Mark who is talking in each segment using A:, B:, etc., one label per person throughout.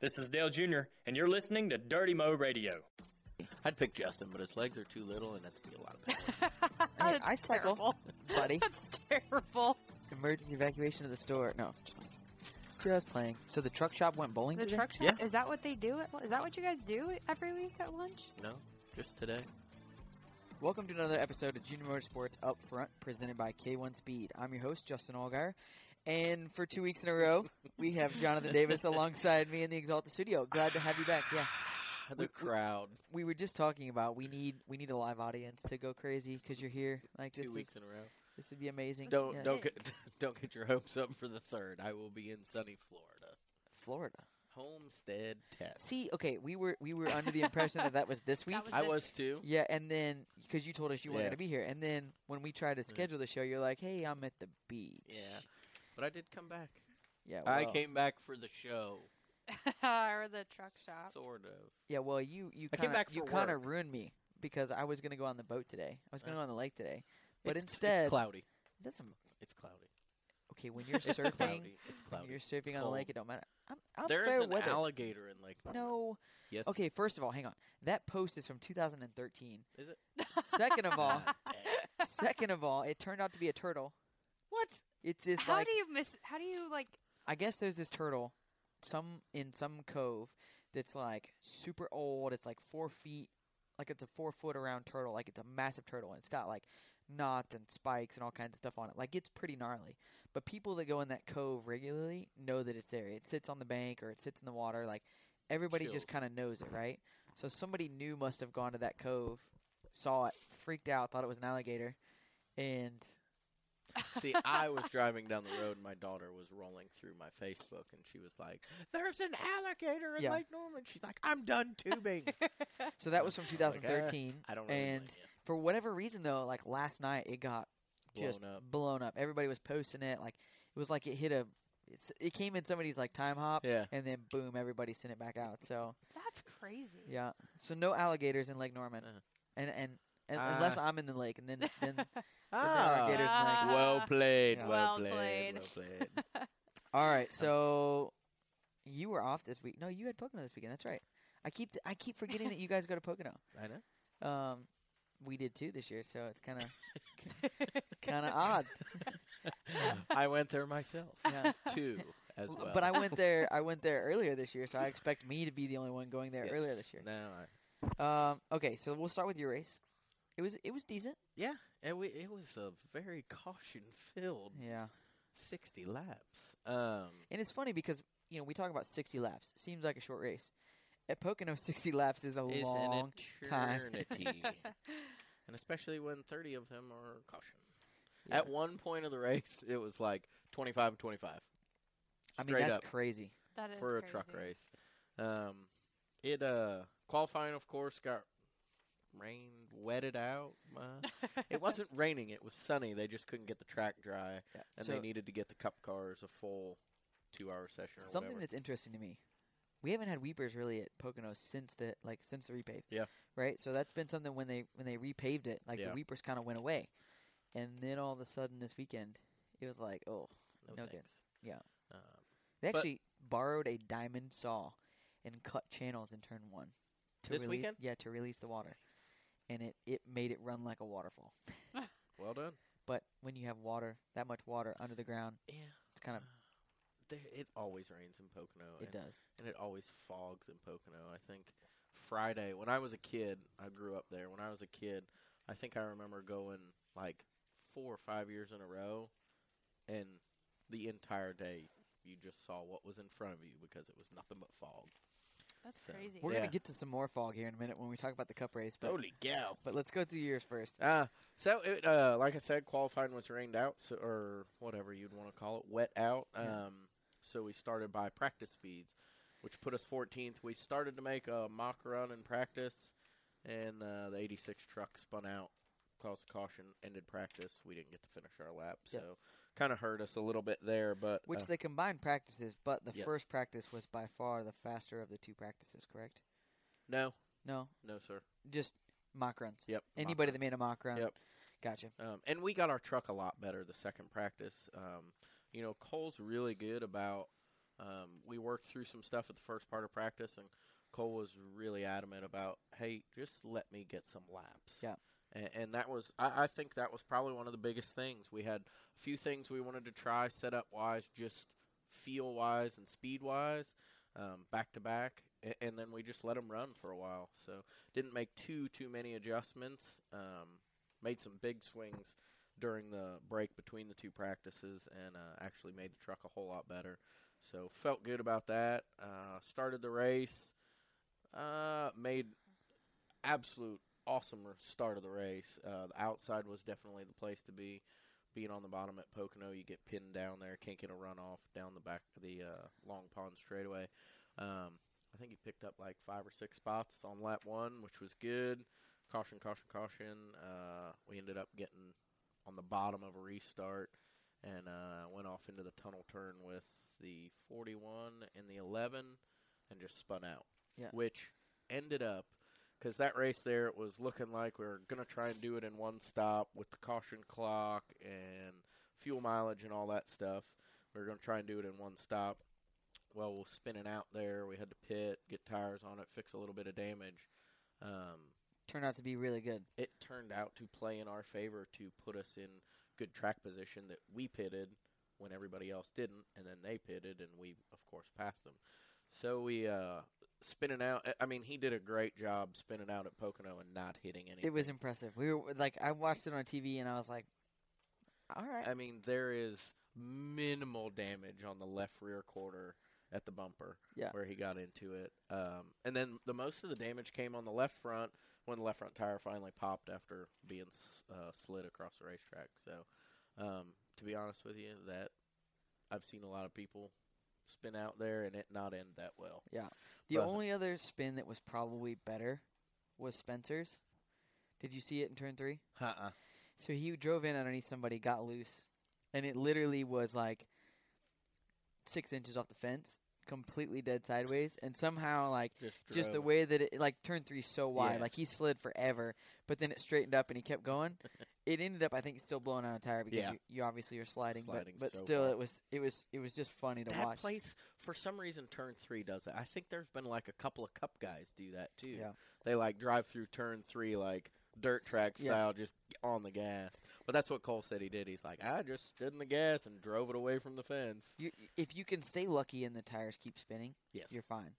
A: This is Dale Jr., and you're listening to Dirty Mo Radio.
B: I'd pick Justin, but his legs are too little, and that's gonna be a lot of pain.
C: Hey,
D: Oh, That's
C: I cycle,
D: terrible.
C: buddy.
D: That's terrible.
C: Emergency evacuation of the store. No, just playing. So the truck shop went bowling.
D: The
C: today?
D: truck shop?
B: Yeah.
D: Is that what they do? At, is that what you guys do every week at lunch?
B: no, just today.
C: Welcome to another episode of Junior Motorsports Up Front, presented by K1 Speed. I'm your host, Justin Allgaier, and for two weeks in a row, we have Jonathan Davis alongside me in the Exalta studio. Glad to have you back. Yeah,
B: Ah, The crowd.
C: we were just talking about we need we need a live audience to go crazy because you're here. Like
B: Two
C: this
B: weeks
C: is
B: in a row.
C: this would be amazing.
B: Don't
C: Yeah.
B: don't get don't get your hopes up for the third. I will be in sunny Florida.
C: Florida.
B: Homestead test.
C: See, okay, we were we were under the impression that that was this week.
D: was
B: I
D: this-
B: was too.
C: Yeah, and then because you told us you weren't
B: Yeah.
C: going to be here, and then when we tried to schedule the show, you're like, "Hey, I'm at the beach."
B: Yeah, but I did come back.
C: yeah.
B: I
C: well-
B: came back for the show,
D: or the truck shop?
B: sort of.
C: Yeah, well, you you
B: I came
C: kinda,
B: back
C: you
B: for
C: kind of
B: work.
C: ruined me because I was going to go on the boat today. I was going to
B: Uh.
C: go on the lake today, but
B: It's-
C: instead,
B: it's cloudy.
C: it doesn't.
B: It's cloudy.
C: Okay, when you're
B: It's
C: surfing,
B: cloudy. It's
C: when
B: cloudy.
C: you're
B: It's
C: surfing on the lake,
B: cold.
C: it don't matter. I'm, I'm
B: There's
C: fair
B: an
C: weather.
B: alligator in Lake.
C: no.
B: Yes.
C: Okay, first of all, hang on. That post is from 2013.
B: Is it?
C: Second of all,
B: Dang.
C: second of all, it turned out to be a turtle.
B: what?
C: It's this
D: How
C: like
D: do you miss? How do you like?
C: I guess there's this turtle, some in some cove, that's like super old. It's like four feet, like it's a four foot around turtle, like it's a massive turtle, and it's got like knots and spikes and all kinds of stuff on it. Like it's pretty gnarly. But people that go in that cove regularly know that it's there. It sits on the bank or it sits in the water. Like everybody just
B: Chills.
C: kind of knows it, right? So somebody new must have gone to that cove, saw it, freaked out, thought it was an alligator, and
B: See, I was driving down the road and my daughter was rolling through my Facebook and she was like, There's an alligator in
C: Yeah.
B: Lake Norman. She's like, I'm done tubing.
C: So that was from
B: I was like,
C: 2013.
B: "Ah, I don't really
C: And
B: blame you."
C: for whatever reason, though, like last night, it got just
B: Blown up.
C: blown up. Everybody was posting it. Like it was like it hit a. It's, it came in somebody's like time hop.
B: Yeah.
C: And then boom, everybody sent it back out. So
D: That's crazy.
C: yeah. So no alligators in Lake Norman.
B: Uh-huh.
C: And and. And
B: Ah.
C: unless I'm in the lake, and then then, then
B: Ah.
D: Uh,
C: alligators in the lake.
B: well played,
C: Yeah.
B: well,
D: Well
B: played, well played.
C: All right, so you were off this week. No, you had Pocono this weekend. That's right. I keep I keep forgetting that you guys go to Pocono.
B: I know.
C: Um, we did too this year, so it's kind of kind of odd.
B: I went there myself
C: Yeah.
B: too, as well.
C: But I went there. I went there earlier this year, so I expect me to be the only one going there
B: Yes.
C: earlier this year.
B: No, I,
C: Um, okay, so we'll start with your race. It was it was decent.
B: yeah, it, wa- it was a very caution-filled
C: Yeah,
B: 60 laps. Um,
C: and it's funny because you know we talk about sixty laps. Seems like a short race. At Pocono, sixty laps is a
B: is an
C: long time.
B: eternity. and especially when 30 of them are caution. At one point of the race, it was like 25 25
C: I mean,
B: straight
C: that's
B: up.
C: crazy.
D: That is
B: for a
D: crazy.
B: truck race. Um, it uh, qualifying, of course, got rain wetted out. Uh, it wasn't raining; it was sunny. They just couldn't get the track dry,
C: Yeah.
B: and
C: So-
B: they needed to get the cup cars a full two-hour session or
C: Something
B: whatever.
C: that's interesting to me. We haven't had weepers really at Pocono since the like since the repave.
B: Yeah.
C: Right? So that's been something when they when they repaved it, like
B: Yeah.
C: the weepers kinda went away. And then all of a sudden this weekend it was like, oh
B: No
C: no good.
B: thanks.
C: Yeah.
B: Um,
C: They
B: But-
C: actually borrowed a diamond saw and cut channels in turn one. To
B: This
C: release,
B: weekend?
C: Yeah, to release the water. And it, it made it run like a waterfall.
B: well done.
C: But when you have water, that much water under the ground,
B: Yeah,
C: it's kind of
B: they, it always rains in Pocono.
C: it
B: and-
C: does.
B: and it always fogs in Pocono. I think Friday when I was a kid, I grew up there. When I was a kid, I think I remember going like four or five years in a row, and the entire day you just saw what was in front of you because it was nothing but fog.
D: That's
B: So-
D: crazy.
C: We're
B: Yeah.
C: gonna get to some more fog here in a minute when we talk about the cup race, but
B: cow!
C: But let's go through yours first.
B: Uh, so it, uh, like I said, qualifying was rained out, so, or whatever you'd want to call it, wet out.
C: Yeah.
B: Um, so we started by practice speeds, which put us 14th. We started to make a mock run in practice, and uh, the 86 truck spun out, caused a caution, ended practice. We didn't get to finish our lap, so
C: Yeah.
B: kind of hurt us a little bit there. But
C: Which
B: uh,
C: they combined practices, but the
B: Yes.
C: first practice was by far the faster of the two practices, correct?
B: no,
C: No,
B: no, sir.
C: just mock runs.
B: Yep, mock
C: Anybody
B: run.
C: that made a mock run.
B: Yep.
C: Gotcha.
B: Um, and we got our truck a lot better the second practice. Um, you know, Cole's really good about Um, we worked through some stuff at the first part of practice, and Cole was really adamant about, "Hey, just let me get some laps."
C: Yeah.
B: And, and that was, I, I think, that was probably one of the biggest things. We had a few things we wanted to try setup wise, just feel wise and speed wise, um, back to back, a- and then we just let them run for a while. So didn't make too too many adjustments. Um, made some big swings during the break between the two practices, and uh, actually made the truck a whole lot better. So felt good about that. Uh, started the race. Uh, made absolute awesome r- start of the race. Uh, the outside was definitely the place to be. Being on the bottom at Pocono, you get pinned down there, can't get a runoff down the back of the uh, Long Pond straightaway. Um, I think he picked up like five or six spots on lap one, which was good. Caution, caution, caution. Uh, we ended up getting on the bottom of a restart and uh, went off into the tunnel turn with the 41 and the 11 and just spun out.
C: Yeah.
B: Which ended up because that race there it was looking like we were going to try and do it in one stop with the caution clock and fuel mileage and all that stuff. We were going to try and do it in one stop. Well, we're spinning out there. We had to pit, get tires on it, fix a little bit of damage. Um,
C: Turned out to be really good.
B: it turned out to play in our favor to put us in good track position that we pitted when everybody else didn't, and then they pitted, and we of course passed them. So we uh, spinning out. I- I mean, he did a great job spinning out at Pocono and not hitting anything.
C: It was impressive. We were like, I watched it on TV, and I was like, all right.
B: I mean, there is minimal damage on the left rear quarter at the bumper
C: Yeah.
B: where he got into it. Um, and then the most of the damage came on the left front when the left front tire finally popped after being s- uh, slid across the racetrack. So, um, to be honest with you, that I've seen a lot of people spin out there and it not end that well.
C: The
B: But-
C: only other spin that was probably better was Spencer's. Did you see it in turn three?
B: Uh-uh.
C: So he drove in underneath somebody, got loose, and it literally was like six inches off the fence, completely dead sideways, and somehow like
B: Just,
C: just the
B: drove.
C: way that it like turn three so wide,
B: Yeah.
C: like he slid forever, but then it straightened up and he kept going. it ended up, I think, still blowing out a tire because
B: Yeah.
C: you, you obviously are sliding,
B: Sliding
C: but but
B: so
C: still,
B: far.
C: it was it was it was just funny to
B: that
C: watch.
B: place for some reason turn three does that. I think there's been like a couple of cup guys do that too.
C: Yeah.
B: They like drive through turn three like dirt track
C: Yeah.
B: style, just on the gas. But that's what Cole said he did. He's like, I just stood in the gas and drove it away from the fence.
C: You, if you can stay lucky and the tires keep spinning,
B: Yes.
C: you're fine.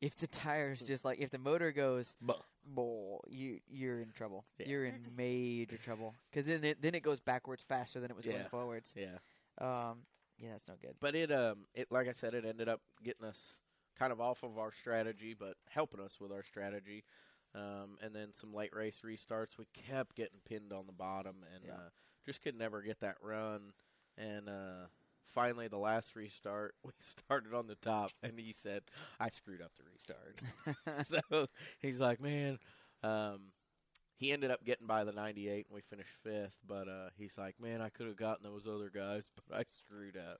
C: If the tires just like if the motor goes
B: But
C: bull, you you're in trouble.
B: Yeah.
C: You're in major trouble because then it then it goes backwards faster than it was going
B: Yeah.
C: forwards.
B: yeah.
C: Um, yeah, that's no good.
B: But it um it like I said, it ended up getting us kind of off of our strategy, but helping us with our strategy. Um, and then some late race restarts, we kept getting pinned on the bottom, and
C: Yeah.
B: uh, just could never get that run. And uh, finally, the last restart, we started on the top, and he said, "I screwed up the restart." so he's like, man, um, he ended up getting by the 98 and we finished fifth. But uh, he's like, man, I could have gotten those other guys, but I screwed up.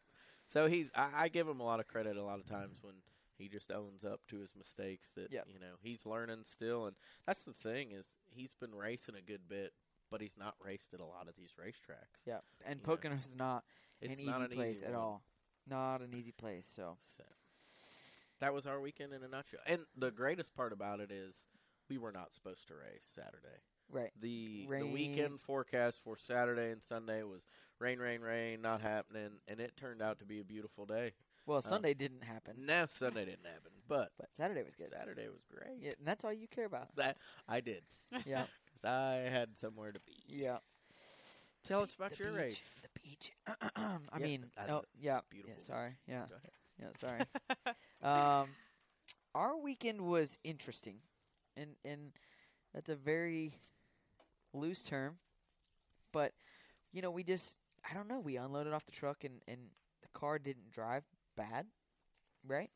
B: So he's, I, I give him a lot of credit a lot of times when he just owns up to his mistakes. That
C: Yep.
B: you know he's learning still, and that's the thing is he's been racing a good bit, but he's not raced at a lot of these racetracks.
C: yeah, and
B: Yeah.
C: Pocono's not
B: It's
C: an
B: not
C: easy
B: an
C: place
B: easy
C: at
B: one.
C: all. Not an easy place. So
B: So that was our weekend in a nutshell. And the greatest part about it is we were not supposed to race Saturday.
C: right,
B: the the
C: Rain.
B: weekend forecast for Saturday and Sunday was rain, rain, rain, not happening, and it turned out to be a beautiful day.
C: well, Sunday didn't happen,
B: No, Sunday didn't happen, but
C: but Saturday was good.
B: Saturday was great.
C: Yeah, and that's all you care about.
B: That I did
C: Yeah,
B: because I had somewhere to be.
C: yeah.
B: Tell
C: The
B: us
C: be-
B: about
C: the
B: your
C: beach,
B: race.
C: The beach. I
B: Yeah,
C: mean,
B: I
C: oh
B: know.
C: yeah, yeah.
B: Beautiful.
C: Sorry, yeah.
B: Go ahead.
C: Yeah, sorry. um, our weekend was interesting, and and that's a very loose term, but you know we just I don't know we unloaded off the truck and and the car didn't drive bad, right?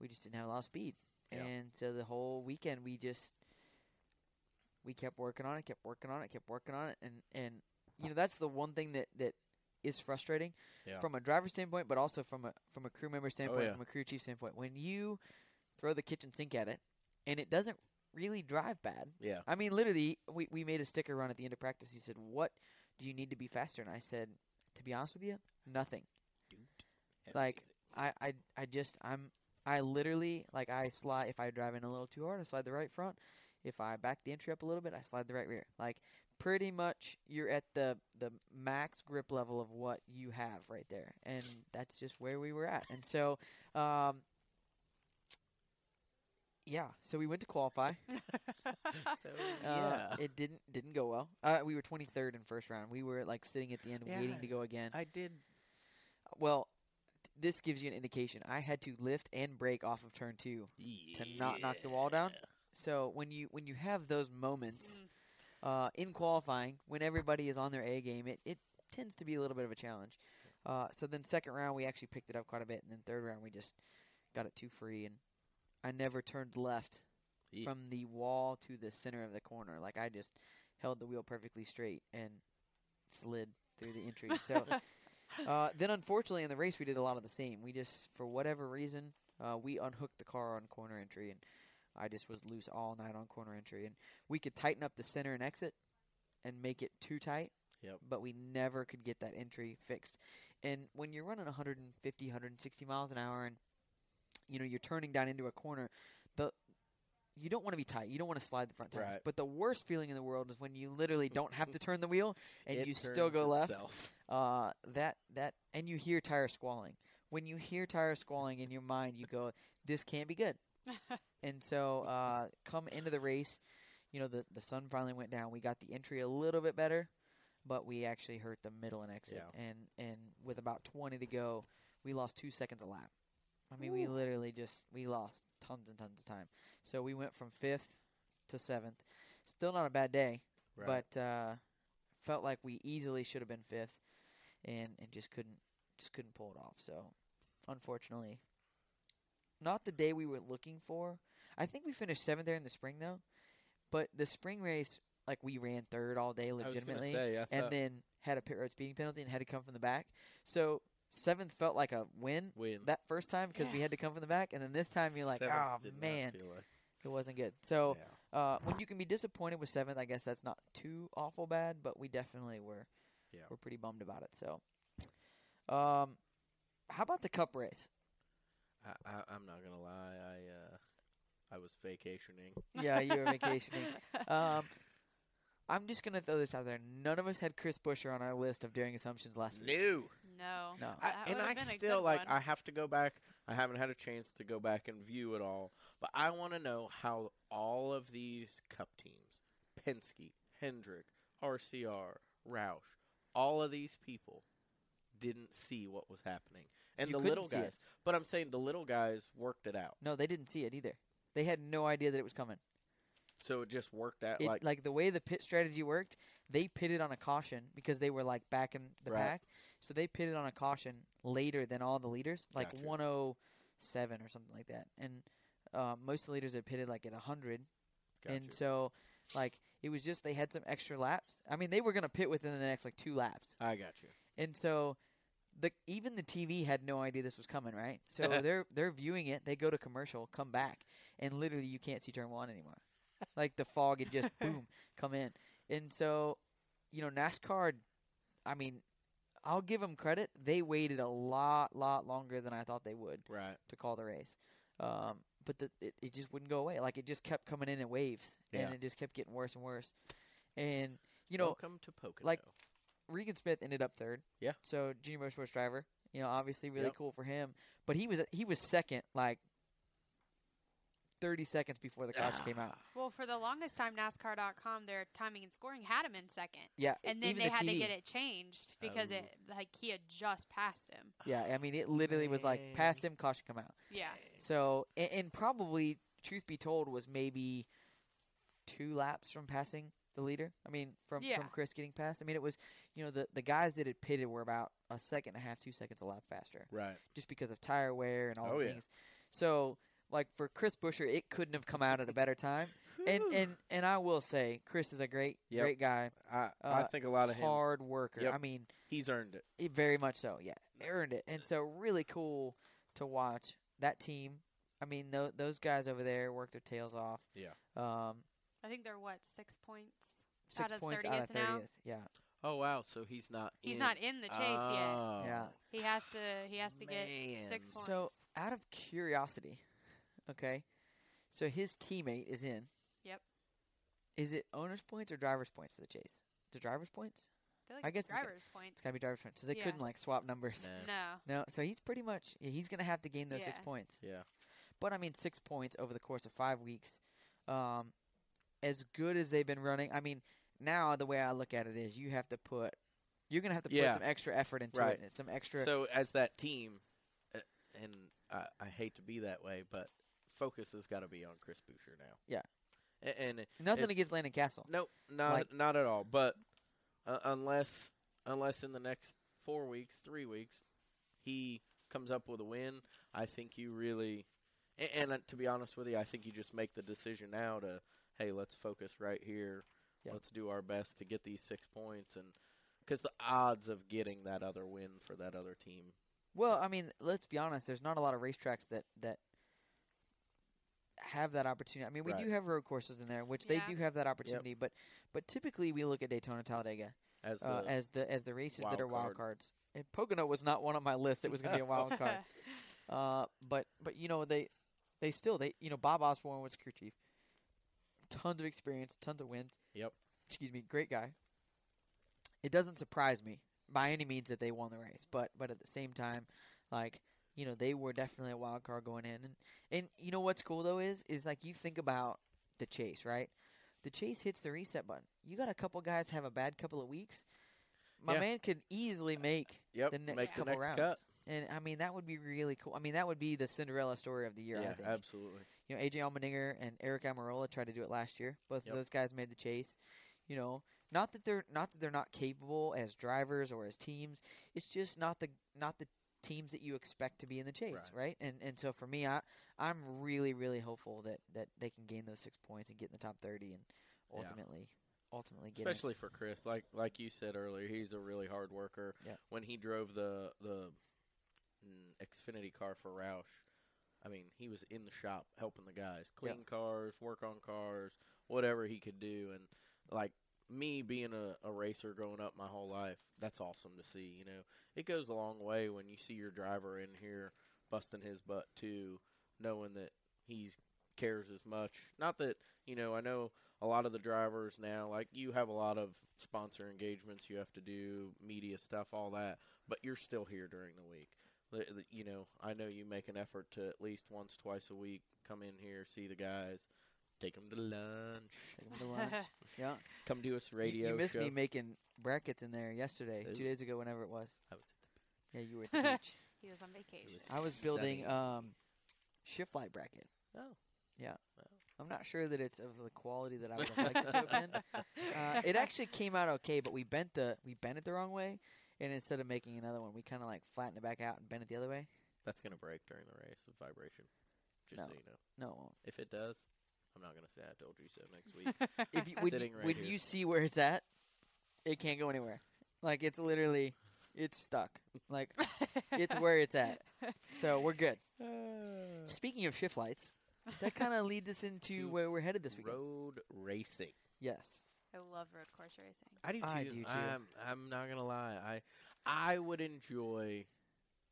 C: We just didn't have a lot of speed,
B: Yeah.
C: and so the whole weekend we just we kept working on it, kept working on it, kept working on it, and and you know that's the one thing that that is frustrating
B: Yeah. Oh,
C: from a driver standpoint, but also from a from a crew member standpoint,
B: yeah.
C: from a crew chief standpoint. When you throw the kitchen sink at it, and it doesn't really drive bad.
B: Yeah.
C: I mean, literally, we we made a sticker run at the end of practice. He said, "What do you need to be faster?" And I said, "To be honest with you, nothing."
B: Dude,
C: Like, I, I I just I'm I literally like I slide if I drive in a little too hard, I slide the right front. If I back the entry up a little bit, I slide the right rear. Like pretty much you're at the the max grip level of what you have right there. And that's just where we were at. And so um yeah, so we went to qualify.
B: So
C: Uh,
B: yeah,
C: it didn't didn't go well. Uh, we were 23rd in first round. We were like sitting at the end, waiting
B: Yeah.
C: to go again.
B: I did.
C: Well, th- this gives you an indication. I had to lift and brake off of turn two to not knock the wall down. So when you when you have those moments
E: Mm.
C: uh, in qualifying, when everybody is on their A game, it, it tends to be a little bit of a challenge. Uh, so then second round we actually picked it up quite a bit, and then third round we just got it too free, and I never turned left
B: Ye-
C: from the wall to the center of the corner. Like I just held the wheel perfectly straight and slid through the entry. So uh, then, unfortunately, in the race, we did a lot of the same. We just, for whatever reason, uh, we unhooked the car on corner entry, and I just was loose all night on corner entry. And we could tighten up the center and exit and make it too tight,
B: Yep.
C: but we never could get that entry fixed. And when you're running 150, 160 miles an hour, and you know you're turning down into a corner, the you don't want to be tight. You don't want to slide the front tires.
B: Right.
C: But the worst feeling in the world is when you literally don't have to turn the wheel and
B: It
C: you still
B: turns
C: go left
B: itself.
C: uh, that that and you hear tire squalling. When you hear tire squalling in your mind, you go, "This can't be good." and so, uh, come into the race, you know the the sun finally went down. We got the entry a little bit better, but we actually hurt the middle and exit.
B: Yeah.
C: And and with about twenty to go, we lost two seconds a lap. I mean, we
E: Ooh.
C: literally just we lost tons and tons of time. So we went from fifth to seventh. Still not a bad day
B: Right.
C: but uh, felt like we easily should have been fifth, and and just couldn't just couldn't pull it off. So unfortunately, not the day we were looking for. I think we finished seventh there in the spring though, but the spring race like we ran third all day
B: I was gonna
C: legitimately,
B: say, I
C: and
B: thought-
C: then had a pit road speeding penalty and had to come from the back. So seventh felt like a win.
B: win.
C: That first time because we
E: Yeah.
C: had to come from the back, and then this time you're like,
B: Seventh
C: oh
B: did not
C: man,
B: feel like-
C: it wasn't good. So
B: yeah.
C: uh, when you can be disappointed with seventh, I guess that's not too awful bad, but we definitely were
B: Yeah.
C: we're pretty bummed about it. So, um, how about the cup race?
B: I, I, I'm not gonna lie. I uh, I was vacationing.
C: Yeah, you were vacationing. Um, I'm just gonna throw this out there. None of us had Chris Busher on our list of daring assumptions last week.
B: No.
E: no.
C: No.
B: I,
E: That
B: and
E: would've
B: I
E: been a
B: still
E: good
B: like.
E: one.
B: I have to go back. I haven't had a chance to go back and view it all, but I want to know how all of these Cup teams, Penske, Hendrick, RCR, Roush, all of these people didn't see what was happening, and
C: You
B: the
C: couldn't
B: little
C: see it.
B: guys. But I'm saying the little guys worked it out,
C: No, they didn't see it either. They had no idea that it was coming.
B: so it just worked out
C: It,
B: like
C: like, the way the pit strategy worked, they pitted on a caution because they were like back in the
B: Right.
C: pack. So they pitted on a caution later than all the leaders, like
B: Gotcha.
C: 107 or something like that. And uh, most of the leaders had pitted like at 100. And
B: Gotcha.
C: so, like, it was just they had some extra laps. I mean, they were going to pit within the next like two laps.
B: I got you.
C: And so the even the TV had no idea this was coming, right? So they're they're viewing it. They go to commercial, come back, and literally you can't see turn one anymore. Like the fog had just boom come in. And so, you know, NASCAR. I mean, I'll give them credit. They waited a lot, lot longer than I thought they would
B: Right.
C: to call the race. Um, but the, it, it just wouldn't go away. Like it just kept coming in in waves,
B: Yeah.
C: and it just kept getting worse and worse. And you know,
B: welcome to Pocono.
C: like- Regan Smith ended up third.
B: Yeah.
C: So junior motorsports driver, you know, obviously really
B: Yep.
C: cool for him. But he was he was second, like thirty seconds before the caution came out.
B: Ah.
E: Well, for the longest time, NASCAR.com, their timing and scoring had him in second,
C: Yeah.
E: and then
C: E-, even
E: they
C: the
E: had
C: TV.
E: to get it changed because
B: Oh.
E: it like he had just passed him.
C: Yeah, I mean, it literally was like
B: Man.
C: past him, caution come out.
E: Yeah,
C: So and, and probably truth be told was maybe two laps from passing the leader. I mean, from
E: Yeah.
C: from Chris getting past. I mean, it was you know the the guys that had pitted were about a second and a half, two seconds a lap faster.
B: Right.
C: just because of tire wear and all
B: Oh,
C: the
B: yeah.
C: things. So, like for Chris Busher, it couldn't have come out at a better time. and and and I will say, Chris is a great
B: Yep.
C: great guy,
B: I, I
C: uh,
B: think a lot of him.
C: hard worker.
B: Yep.
C: I mean,
B: He's earned it.
C: it very much so. Yeah, earned it. And so, really cool to watch that team. I mean, tho- those guys over there worked their tails off.
B: Yeah.
C: Um,
E: I think they're what six points.
C: six
E: Out of
C: points
E: 30th
C: out of
E: now?
C: thirtieth. Yeah.
B: Oh wow, so he's not.
E: He's
B: in.
E: not in the chase yet.
B: oh.
C: Yeah.
E: He has to. He has to get six
B: Man.
E: points.
C: So out of curiosity, okay, so his teammate is in.
E: Yep.
C: Is it owner's points or driver's points for the chase? The driver's points?
E: feel
C: I
E: like
C: guess
E: it's
C: it's a-
E: driver's points.
C: It's gotta be driver's points. So they
E: Yeah.
C: couldn't like swap numbers.
B: Nah.
E: No.
C: No, so he's pretty much yeah, he's gonna have to gain those six
E: Yeah.
C: points.
B: Yeah.
C: But I mean, six points over the course of five weeks, um, as good as they've been running. I mean, now the way I look at it is, you have to put, you're gonna have to put
B: Yeah.
C: some extra effort into
B: Right.
C: it, and some extra.
B: So as that team, uh, and I, I hate to be that way, but focus has got to be on Chris Boucher now.
C: Yeah.
B: A- And,
C: nothing
B: it's-
C: against Landon Castle.
B: no, not
C: Like-
B: not at all. But uh, unless unless in the next four weeks, three weeks, he comes up with a win, I think you really. a- And, uh, to be honest with you, I think you just make the decision now to hey, let's focus right here.
C: Yeah.
B: Let's do our best to get these six points, and because the odds of getting that other win for that other team
C: Well, I mean, let's be honest. There's not a lot of racetracks that that have that opportunity. I mean, we
B: Right.
C: do have road courses in there, which
E: Yeah.
C: they do have that opportunity. But but typically, we look at Daytona, Talladega,
B: as the
C: uh, as the as the races that
B: wild
C: are wild
B: card.
C: cards. And Pocono was not one on my list. It was going to be a wild card. Uh, but but you know they they still they you know Bob Osborne was crew chief, tons of experience, tons of wins.
B: Yep.
C: Excuse me, great guy. It doesn't surprise me by any means that they won the race, but but at the same time, like you know they were definitely a wild card going in, and and you know what's cool though is is like you think about the chase right. The chase hits the reset button. You got a couple guys have a bad couple of weeks. My
B: Yeah.
C: man could easily make
B: Yep.
C: the next
B: make the
C: couple
B: next
C: rounds.
B: cut.
C: and I mean, that would be really cool. I mean, that would be the Cinderella story of the year. I think.
B: absolutely.
C: You know, AJ Allmendinger and Eric Amarola tried to do it last year. Both
B: Yep.
C: of those guys made the chase. You know, not that they're not that they're not capable as drivers or as teams. It's just not the not the teams that you expect to be in the chase,
B: Right.
C: right? And and so for me, I I'm really really hopeful that that they can gain those six points and get in the top thirty and
B: Yeah.
C: ultimately ultimately get. in.
B: Especially for Chris, like like you said earlier, he's a really hard worker.
C: Yeah.
B: When he drove the the mm, Xfinity car for Roush, I mean, he was in the shop helping the guys clean cars, work on cars, whatever he could do. And like me being a, a racer growing up my whole life, that's awesome to see. You know, it goes a long way when you see your driver in here busting his butt too, knowing that he cares as much. Not that you know, I know a lot of the drivers now, like you have a lot of sponsor engagements you have to do, media stuff, all that, but you're still here during the week. Li- li- You know, I know you make an effort to at least once, twice a week come in here, see the guys, take them to lunch,
C: Take 'em to lunch. yeah. You-
B: come do us
C: You,
B: radio.
C: missed
B: show.
C: me making brackets in there yesterday,
B: Ooh.
C: two days ago, whenever it was.
B: I was
C: Yeah, you were at the beach.
E: he was on vacation.
C: I was building
B: Sunny.
C: um, shift light bracket.
B: Oh.
C: Yeah.
B: Wow.
C: I'm not sure that it's of the quality that I would have liked it to have been. Uh, it actually came out okay, but we bent the we bent it the wrong way, and instead of making another one, we kind of like flattened it back out and bent it the other way.
B: That's gonna break during the race. The vibration. Just
C: No.
B: so you know,
C: No, it won't.
B: if it does, I'm not gonna say I told you so next week.
C: if you, when,
B: Sitting
C: you,
B: right
C: when
B: here.
C: you see where it's at, it can't go anywhere. Like it's literally, it's stuck. Like it's where it's at. So we're good. Speaking of shift lights, that kind of leads us into
B: To
C: where we're headed this weekend.
B: Road racing.
C: Yes.
E: I love road course racing.
B: I do too.
C: I do too.
B: I'm, I'm not gonna lie. I I would enjoy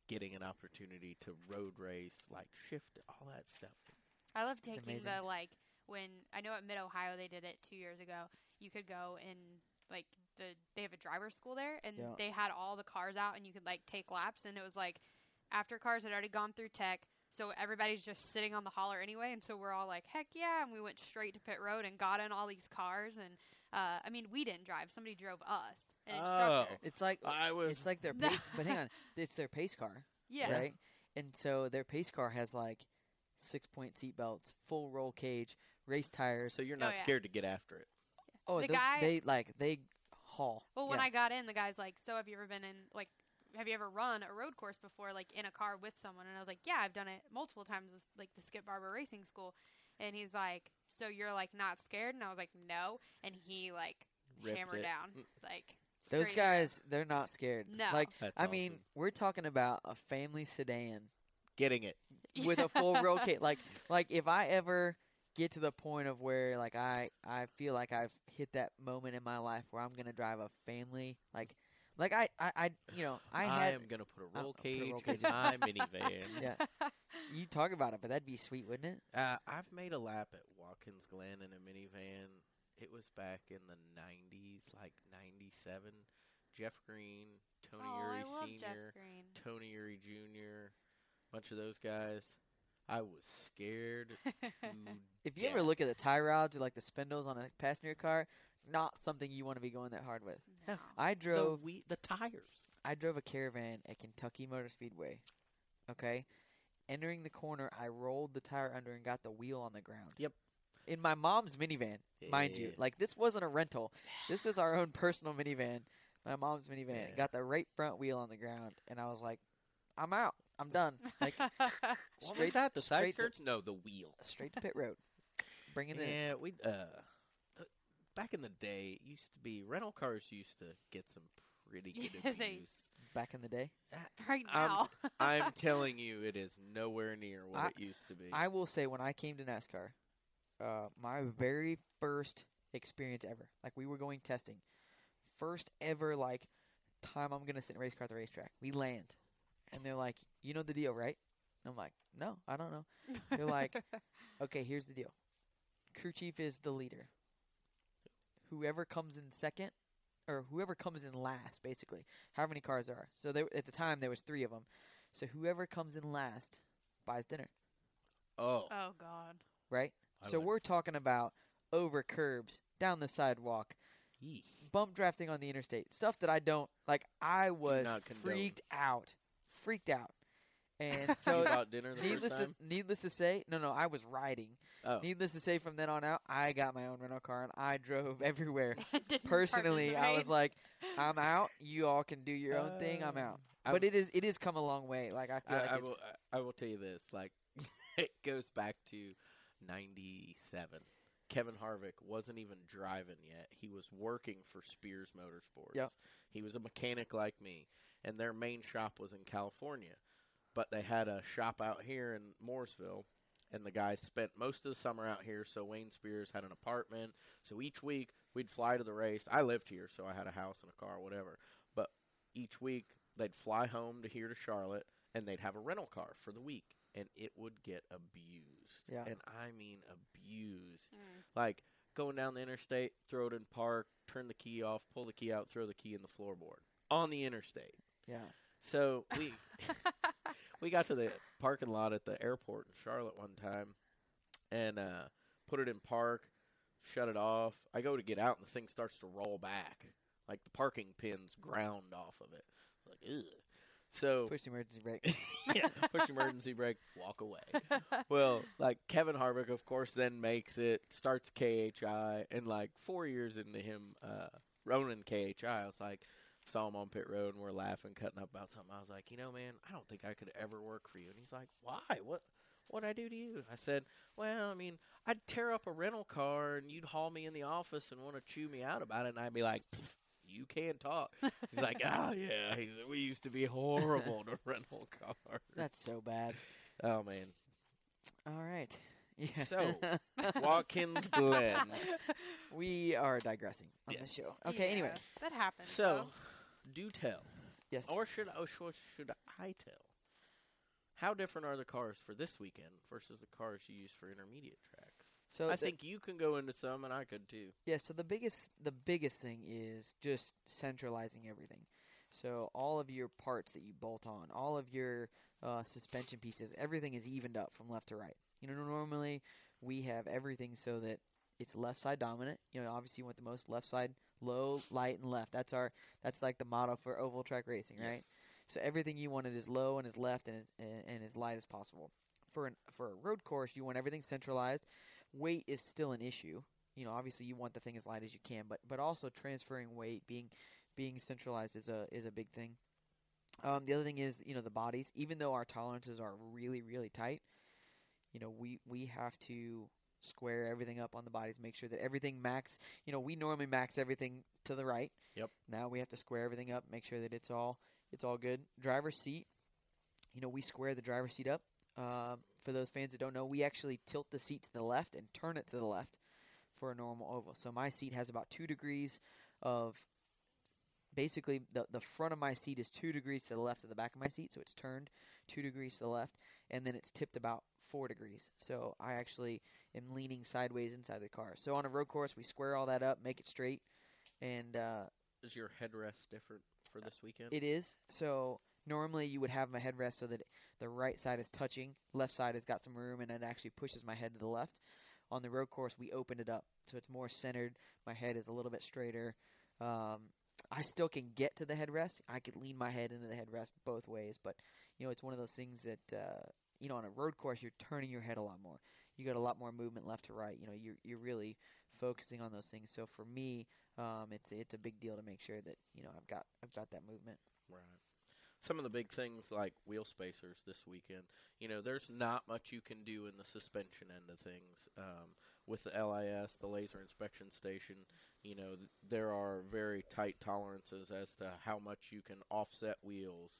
B: getting an opportunity to road race, like shift all that stuff.
E: I love taking
C: amazing.
E: the like when I know at Mid Ohio they did it two years ago. You could go and like the they have a driver's school there, and
C: Yeah.
E: they had all the cars out, and you could like take laps, and it was like after cars had already gone through tech. So everybody's just sitting on the holler anyway, and so we're all like, "Heck yeah!" And we went straight to pit road and got in all these cars, and uh, I mean, we didn't drive; somebody drove us. An instructor.
C: It's like
B: Oh, I was
C: it's like their pace, but hang on, it's their pace car,
E: yeah,
C: right? And so their pace car has like six point seat belts, full roll cage, race tires.
B: so you're
E: Oh,
B: not
E: yeah.
B: scared to get after it.
C: Oh,
E: The
C: those,
E: guy-
C: they like they haul.
E: Well, when I got in, the guy's like, "So have you ever been in like, have you ever run a road course before, like in a car with someone?" And I was like, "Yeah, I've done it multiple times, with, like the Skip Barber Racing School." And he's like, "So you're like not scared?" And I was like, "No." And he like
B: Ripped
E: hammered
B: it.
E: down
B: Mm.
E: like
C: those
E: straight up.
C: guys, they're not scared.
E: No.
C: Like
B: That's
C: I
B: awesome.
C: mean, we're talking about a family sedan
B: getting it.
C: with a full roll cage. Like like if I ever get to the point of where like I I feel like I've hit that moment in my life where I'm gonna drive a family like like I I, I you know I
B: I,
C: had
B: am gonna put a
C: I'll
B: roll
C: put a
B: cage
C: roll
B: in
C: cage.
B: my minivan.
C: Yeah. you talk about it, but that'd be sweet, wouldn't it?
B: Uh, I've made a lap at Watkins Glen in a minivan. It was back in the '90s, like '97. Jeff Green, Tony
E: Oh, I
B: Urie
E: love Jeff
B: Senior,
E: Green.
B: Tony Urie Jr., bunch of those guys. I was scared to
C: If you ever
B: death.
C: look at the tie rods or like the spindles on a passenger car, not something you want to be going that hard with.
E: no.
C: I
B: the
C: drove
B: we the tires.
C: I drove a caravan at Kentucky Motor Speedway. Okay? Entering the corner, I rolled the tire under and got the wheel on the ground.
B: Yep.
C: In my mom's minivan, mind you.
B: Yeah.
C: Like this wasn't a rental. This was our own personal minivan. My mom's minivan.
B: Yeah.
C: Got the right front wheel on the ground and I was like, I'm out. I'm done. Like
B: What
C: straight-
B: was that? The side
C: straight to-
B: skirts? No, the wheel.
C: straight to pit road. Bring it in.
B: Yeah, we uh, th- back in the day, it used to be rental cars used to get some pretty good
E: Yeah, they-
B: abuse.
C: Back in the day.
E: right
B: I'm-
E: now.
B: I'm telling you, it is nowhere near what
C: I-
B: it used to be.
C: I will say when I came to NASCAR, uh, my very first experience ever, like we were going testing, first ever like time I'm gonna sit in a race car at the racetrack. We land, and they're like, "You know the deal, right?" And I'm like, "No, I don't know." They're like, "Okay, here's the deal. Crew chief is the leader. Whoever comes in second, or whoever comes in last, basically, how many cars there are. So there, at the time there was three of them. So whoever comes in last buys dinner."
B: oh,
E: oh God.
C: right?
B: I
C: so
B: would-
C: we're talking about over curbs, down the sidewalk,
B: Eek.
C: bump drafting on the interstate, stuff that I don't like. I was
B: not condone.
C: freaked out, freaked out, and
B: You
C: so
B: bought dinner the
C: needless
B: first
C: to,
B: time.
C: needless to say, no, no, I was riding.
B: Oh,
C: Needless to say, from then on out, I got my own rental car and I drove everywhere.
E: Didn't
C: Personally, I was
E: participate.
C: like, I'm out. You all can do your own thing. I'm
B: Uh,
C: out.
B: I
C: but
B: w-
C: it is it is come a long way. Like I feel
B: I,
C: like
B: I
C: it's,
B: will. I I will tell you this. Like, it goes back to '97. Kevin Harvick wasn't even driving yet. He was working for Spears Motorsports.
C: Yep.
B: He was a mechanic like me, and their main shop was in California, but they had a shop out here in Mooresville. And the guy spent most of the summer out here, so Wayne Spears had an apartment. So each week we'd fly to the race. I lived here, so I had a house and a car, whatever. But each week they'd fly home to here to Charlotte, and they'd have a rental car for the week, and it would get abused.
C: Yeah.
B: And I mean abused.
E: Mm.
B: Like going down the interstate, throw it in park, turn the key off, pull the key out, throw the key in the floorboard on the interstate.
C: yeah.
B: So we we got to the parking lot at the airport in Charlotte one time, and uh, put it in park, shut it off. I go to get out, and the thing starts to roll back, like the parking pins ground off of it. Like ugh. So
C: Push the emergency brake.
B: yeah, push emergency brake, walk away. Well, like Kevin Harvick, of course, then makes it, starts KHI, and like four years into him uh, Ronan KHI, I was like, saw him on pit road and we're laughing, cutting up about something. I was like, you know, man, I don't think I could ever work for you. And he's like, why? What? What'd I do to you? I said, Well, I mean, I'd tear up a rental car and you'd haul me in the office and want to chew me out about it. And I'd be like, "Pff, You can't talk. He's like, Oh, yeah. He's, we used to be horrible to rental cars.
C: That's so bad.
B: Oh man.
C: All right. Yeah.
B: So, Watkins Glen.
C: we are digressing on
B: Yes.
C: the show. Okay. Anyway,
E: Mm. Yeah, that happened.
B: So, do tell.
C: yes.
B: Or should oh, should, should I tell? How different are the cars for this weekend versus the cars you use for intermediate tracks?
C: so
B: I
C: the-
B: think you can go into some and I could too.
C: yeah. So the biggest the biggest thing is just centralizing everything. So all of your parts that you bolt on, all of your uh, suspension pieces, everything is evened up from left to right. You know, normally we have everything so that it's left side dominant. You know, obviously you want the most left side, low, light, and left. That's our that's like the motto for oval track racing, right? So everything you wanted is low and as left and as, and, and as light as possible. For an, for a road course, you want everything centralized. Weight is still an issue. You know, obviously you want the thing as light as you can, but but also transferring weight, being being centralized is a is a big thing. Um, the other thing is, you know, the bodies. Even though our tolerances are really really tight, you know, we we have to square everything up on the bodies, make sure that everything max. You know, we normally max everything to the right.
B: Yep.
C: Now we have to square everything up, make sure that it's all it's all good. Driver's seat, you know, we square the driver's seat up. Uh, for those fans that don't know, we actually tilt the seat to the left and turn it to the left for a normal oval. So my seat has about two degrees of basically the the front of my seat is two degrees to the left of the back of my seat, so it's turned two degrees to the left, and then it's tipped about four degrees. So I actually am leaning sideways inside the car. So on a road course, we square all that up, make it straight, and uh,
B: Is your headrest different for this weekend?
C: it is. So normally you would have my headrest so that the right side is touching, left side has got some room, and it actually pushes my head to the left. On the road course, we opened it up so it's more centered. My head is a little bit straighter. Um, I still can get to the headrest. I could lean my head into the headrest both ways, but you know it's one of those things that uh, you know on a road course you're turning your head a lot more. You got a lot more movement left to right. You know you're you're really focusing on those things. So for me, um, it's it's a big deal to make sure that you know I've got I've got that movement.
B: Right. Some of the big things like wheel spacers this weekend. You know, there's not much you can do in the suspension end of things. Um, with the LIS, the laser inspection station, you know, th- there are very tight tolerances as to how much you can offset wheels,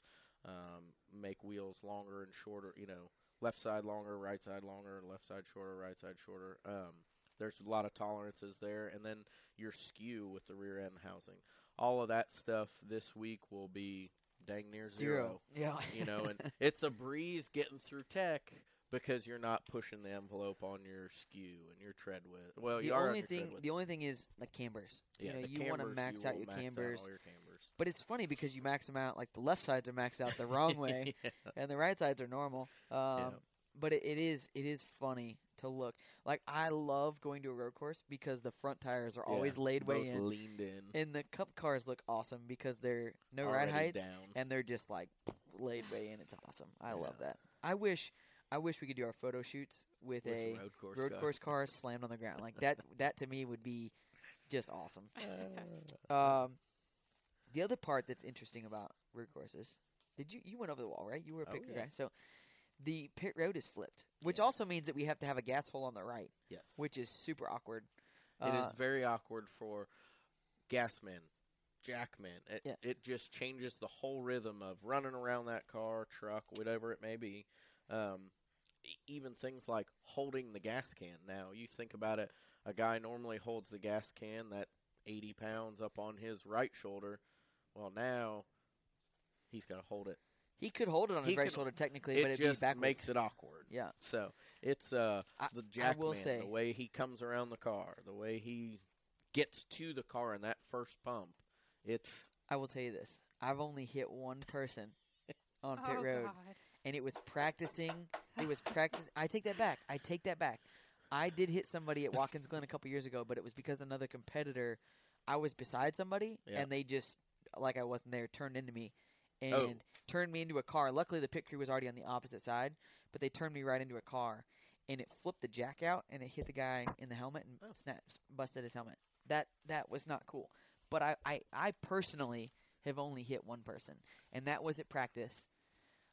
B: um, make wheels longer and shorter. You know, left side longer, right side longer, left side shorter, right side shorter. Um, there's a lot of tolerances there, and then your skew with the rear end housing. All of that stuff this week will be dang near zero.
C: Yeah.
B: you know, and it's a breeze getting through tech because you're not pushing the envelope on your skew and your tread width. Well,
C: the
B: you are on
C: only
B: your
C: thing
B: tread width.
C: the only thing is like cambers.
B: yeah,
C: you know,
B: the
C: you want to
B: cambers,
C: max
B: you
C: out
B: will
C: your
B: max
C: cambers.
B: all your cambers.
C: But it's funny because you max them out like the left sides are maxed out the wrong way.
B: Yeah.
C: and the right sides are normal. Um,
B: Yeah.
C: But it, it is it is funny to look. Like I love going to a road course because the front tires are
B: Yeah,
C: always laid way
B: both
C: in,
B: leaned in.
C: and the cup cars look awesome because they're no
B: already
C: ride heights
B: down.
C: and they're just like laid way in. It's awesome. I love
B: Yeah.
C: that. I wish I wish we could do our photo shoots
B: with
C: with,
B: the
C: a
B: road course,
C: road
B: guy.
C: course car slammed on the ground like that. that to me would be just awesome.
E: Oh,
B: Uh,
C: Um, the other part that's interesting about road courses, did you you went over the wall right? You were a
B: Oh,
C: pit crew
B: yeah.
C: guy, so the pit road is flipped, which
B: Yes.
C: also means that we have to have a gas hole on the right,
B: yes,
C: which is super awkward.
B: it
C: Uh,
B: is very awkward for gasmen, jackmen. It,
C: Yeah.
B: it just changes the whole rhythm of running around that car, truck, whatever it may be. Um, e- even things like holding the gas can. Now you think about it. A guy normally holds the gas can that eighty pounds up on his right shoulder. Well, now he's got to hold it.
C: he could hold it on his
B: He
C: right
B: could-
C: shoulder technically, but
B: It
C: it'd
B: just
C: be backwards.
B: makes it awkward.
C: yeah,
B: So it's uh
C: I-
B: the Jackman,
C: will say-
B: the way he comes around the car, the way he gets to the car in that first pump. It's
C: I will tell you this: I've only hit one person on pit
E: oh
C: road,
E: God.
C: and it was practicing. It was practice. I take that back. I take that back. I did hit somebody at Watkins Glen a couple years ago, but it was because another competitor. I was beside somebody,
B: Yeah.
C: and they just like I wasn't there turned into me, and
B: Oh.
C: turned me into a car. Luckily, the pit crew was already on the opposite side, but they turned me right into a car, and it flipped the jack out, and it hit the guy in the helmet and
B: Oh.
C: snaps, busted his helmet. That that was not cool. But I, I, I personally have only hit one person, and that was at practice.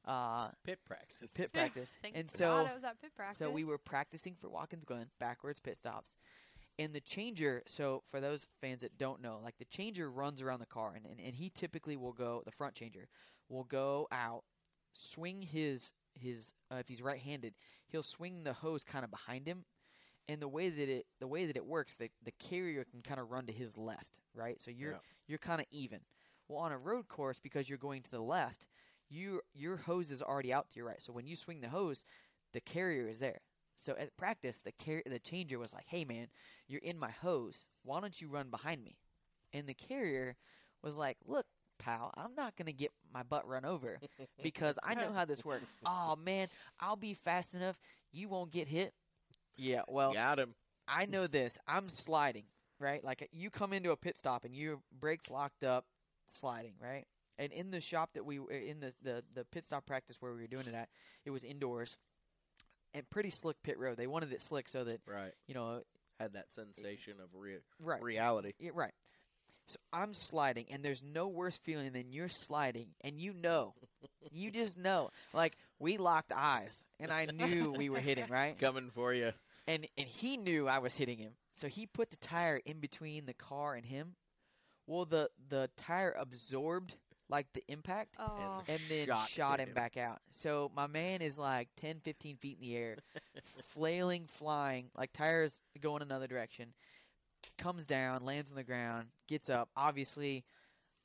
C: Uh,
B: pit practice.
C: pit
E: Yeah,
C: practice.
E: Thank
C: and
E: God
C: so
E: I was at pit practice.
C: so we were practicing for Watkins Glen, backwards pit stops. And the changer, so for those fans that don't know, like the changer runs around the car and, and, and he typically will go the front changer will go out, swing his his uh, if he's right handed, he'll swing the hose kind of behind him. And the way that it the way that it works, the, the carrier can kind of run to his left, right? So you're
B: Yeah.
C: you're kind of even. Well, on a road course, because you're going to the left, you your hose is already out to your right. So when you swing the hose, the carrier is there. So at practice, the car- the changer was like, "Hey man, you're in my hose. Why don't you run behind me?" And the carrier was like, "Look, pal, I'm not gonna get my butt run over because I know how this works. Oh man, I'll be fast enough. You won't get hit. Yeah, well,
B: Got him.
C: I know this. I'm sliding, right? Like uh, you come into a pit stop and your brakes locked up, sliding, right? And in the shop that we uh, in the, the the pit stop practice where we were doing it at, it was indoors and pretty slick pit road. They wanted it slick so that
B: Right.
C: you know,
B: Had that sensation of rea-
C: right?
B: reality.
C: Yeah, right. So I'm sliding, and there's no worse feeling than you're sliding, and you know, you just know. Like we locked eyes, and I knew we were hitting, right?
B: Coming for you.
C: and and he knew I was hitting him, so he put the tire in between the car and him. Well, the the tire absorbed like the impact,
E: Oh,
C: and then
B: Shot
C: shot,
B: him.
C: him back out. So my man is like 10, 15 feet in the air, flailing, flying, like tires going another direction. Comes down, lands on the ground, gets up. Obviously,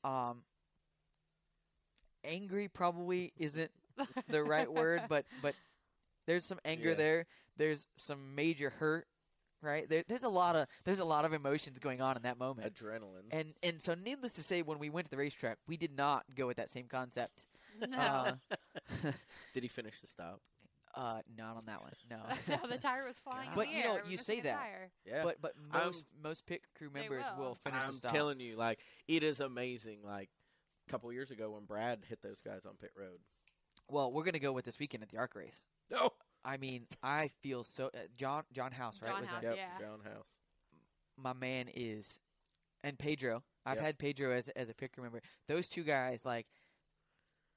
C: um, angry probably isn't the right word, but but there's some anger
B: Yeah.
C: there. There's some major hurt, right? There, there's a lot of there's a lot of emotions going on in that moment.
B: Adrenaline.
C: And and so, needless to say, when we went to the racetrack, we did not go with that same concept.
E: no.
C: Uh,
B: Did he finish the stop?
C: uh, not on that one, no.
E: no, the tire was flying.
B: But,
E: in the
C: uh, you
E: air.
C: know,
E: We're
C: you
E: missing
C: say
E: a
C: that.
E: Tire.
B: Yeah.
C: But but
B: I'm-
C: most most pit crew
E: They
C: members
E: will.
C: will, finish
B: I'm
C: the stop.
B: telling you, like it is amazing. Like a couple years ago when Brad hit those guys on pit road.
C: well, we're gonna go with this weekend at the Arc Race.
B: No.
C: I mean, I feel so. Uh, John John House, right?
E: John
C: was uh,
E: House,
C: that?
B: Yep.
E: yeah.
B: Brown House.
C: my man is, and Pedro. I've
B: Yep.
C: had Pedro as as a pit crew member. Those two guys, like,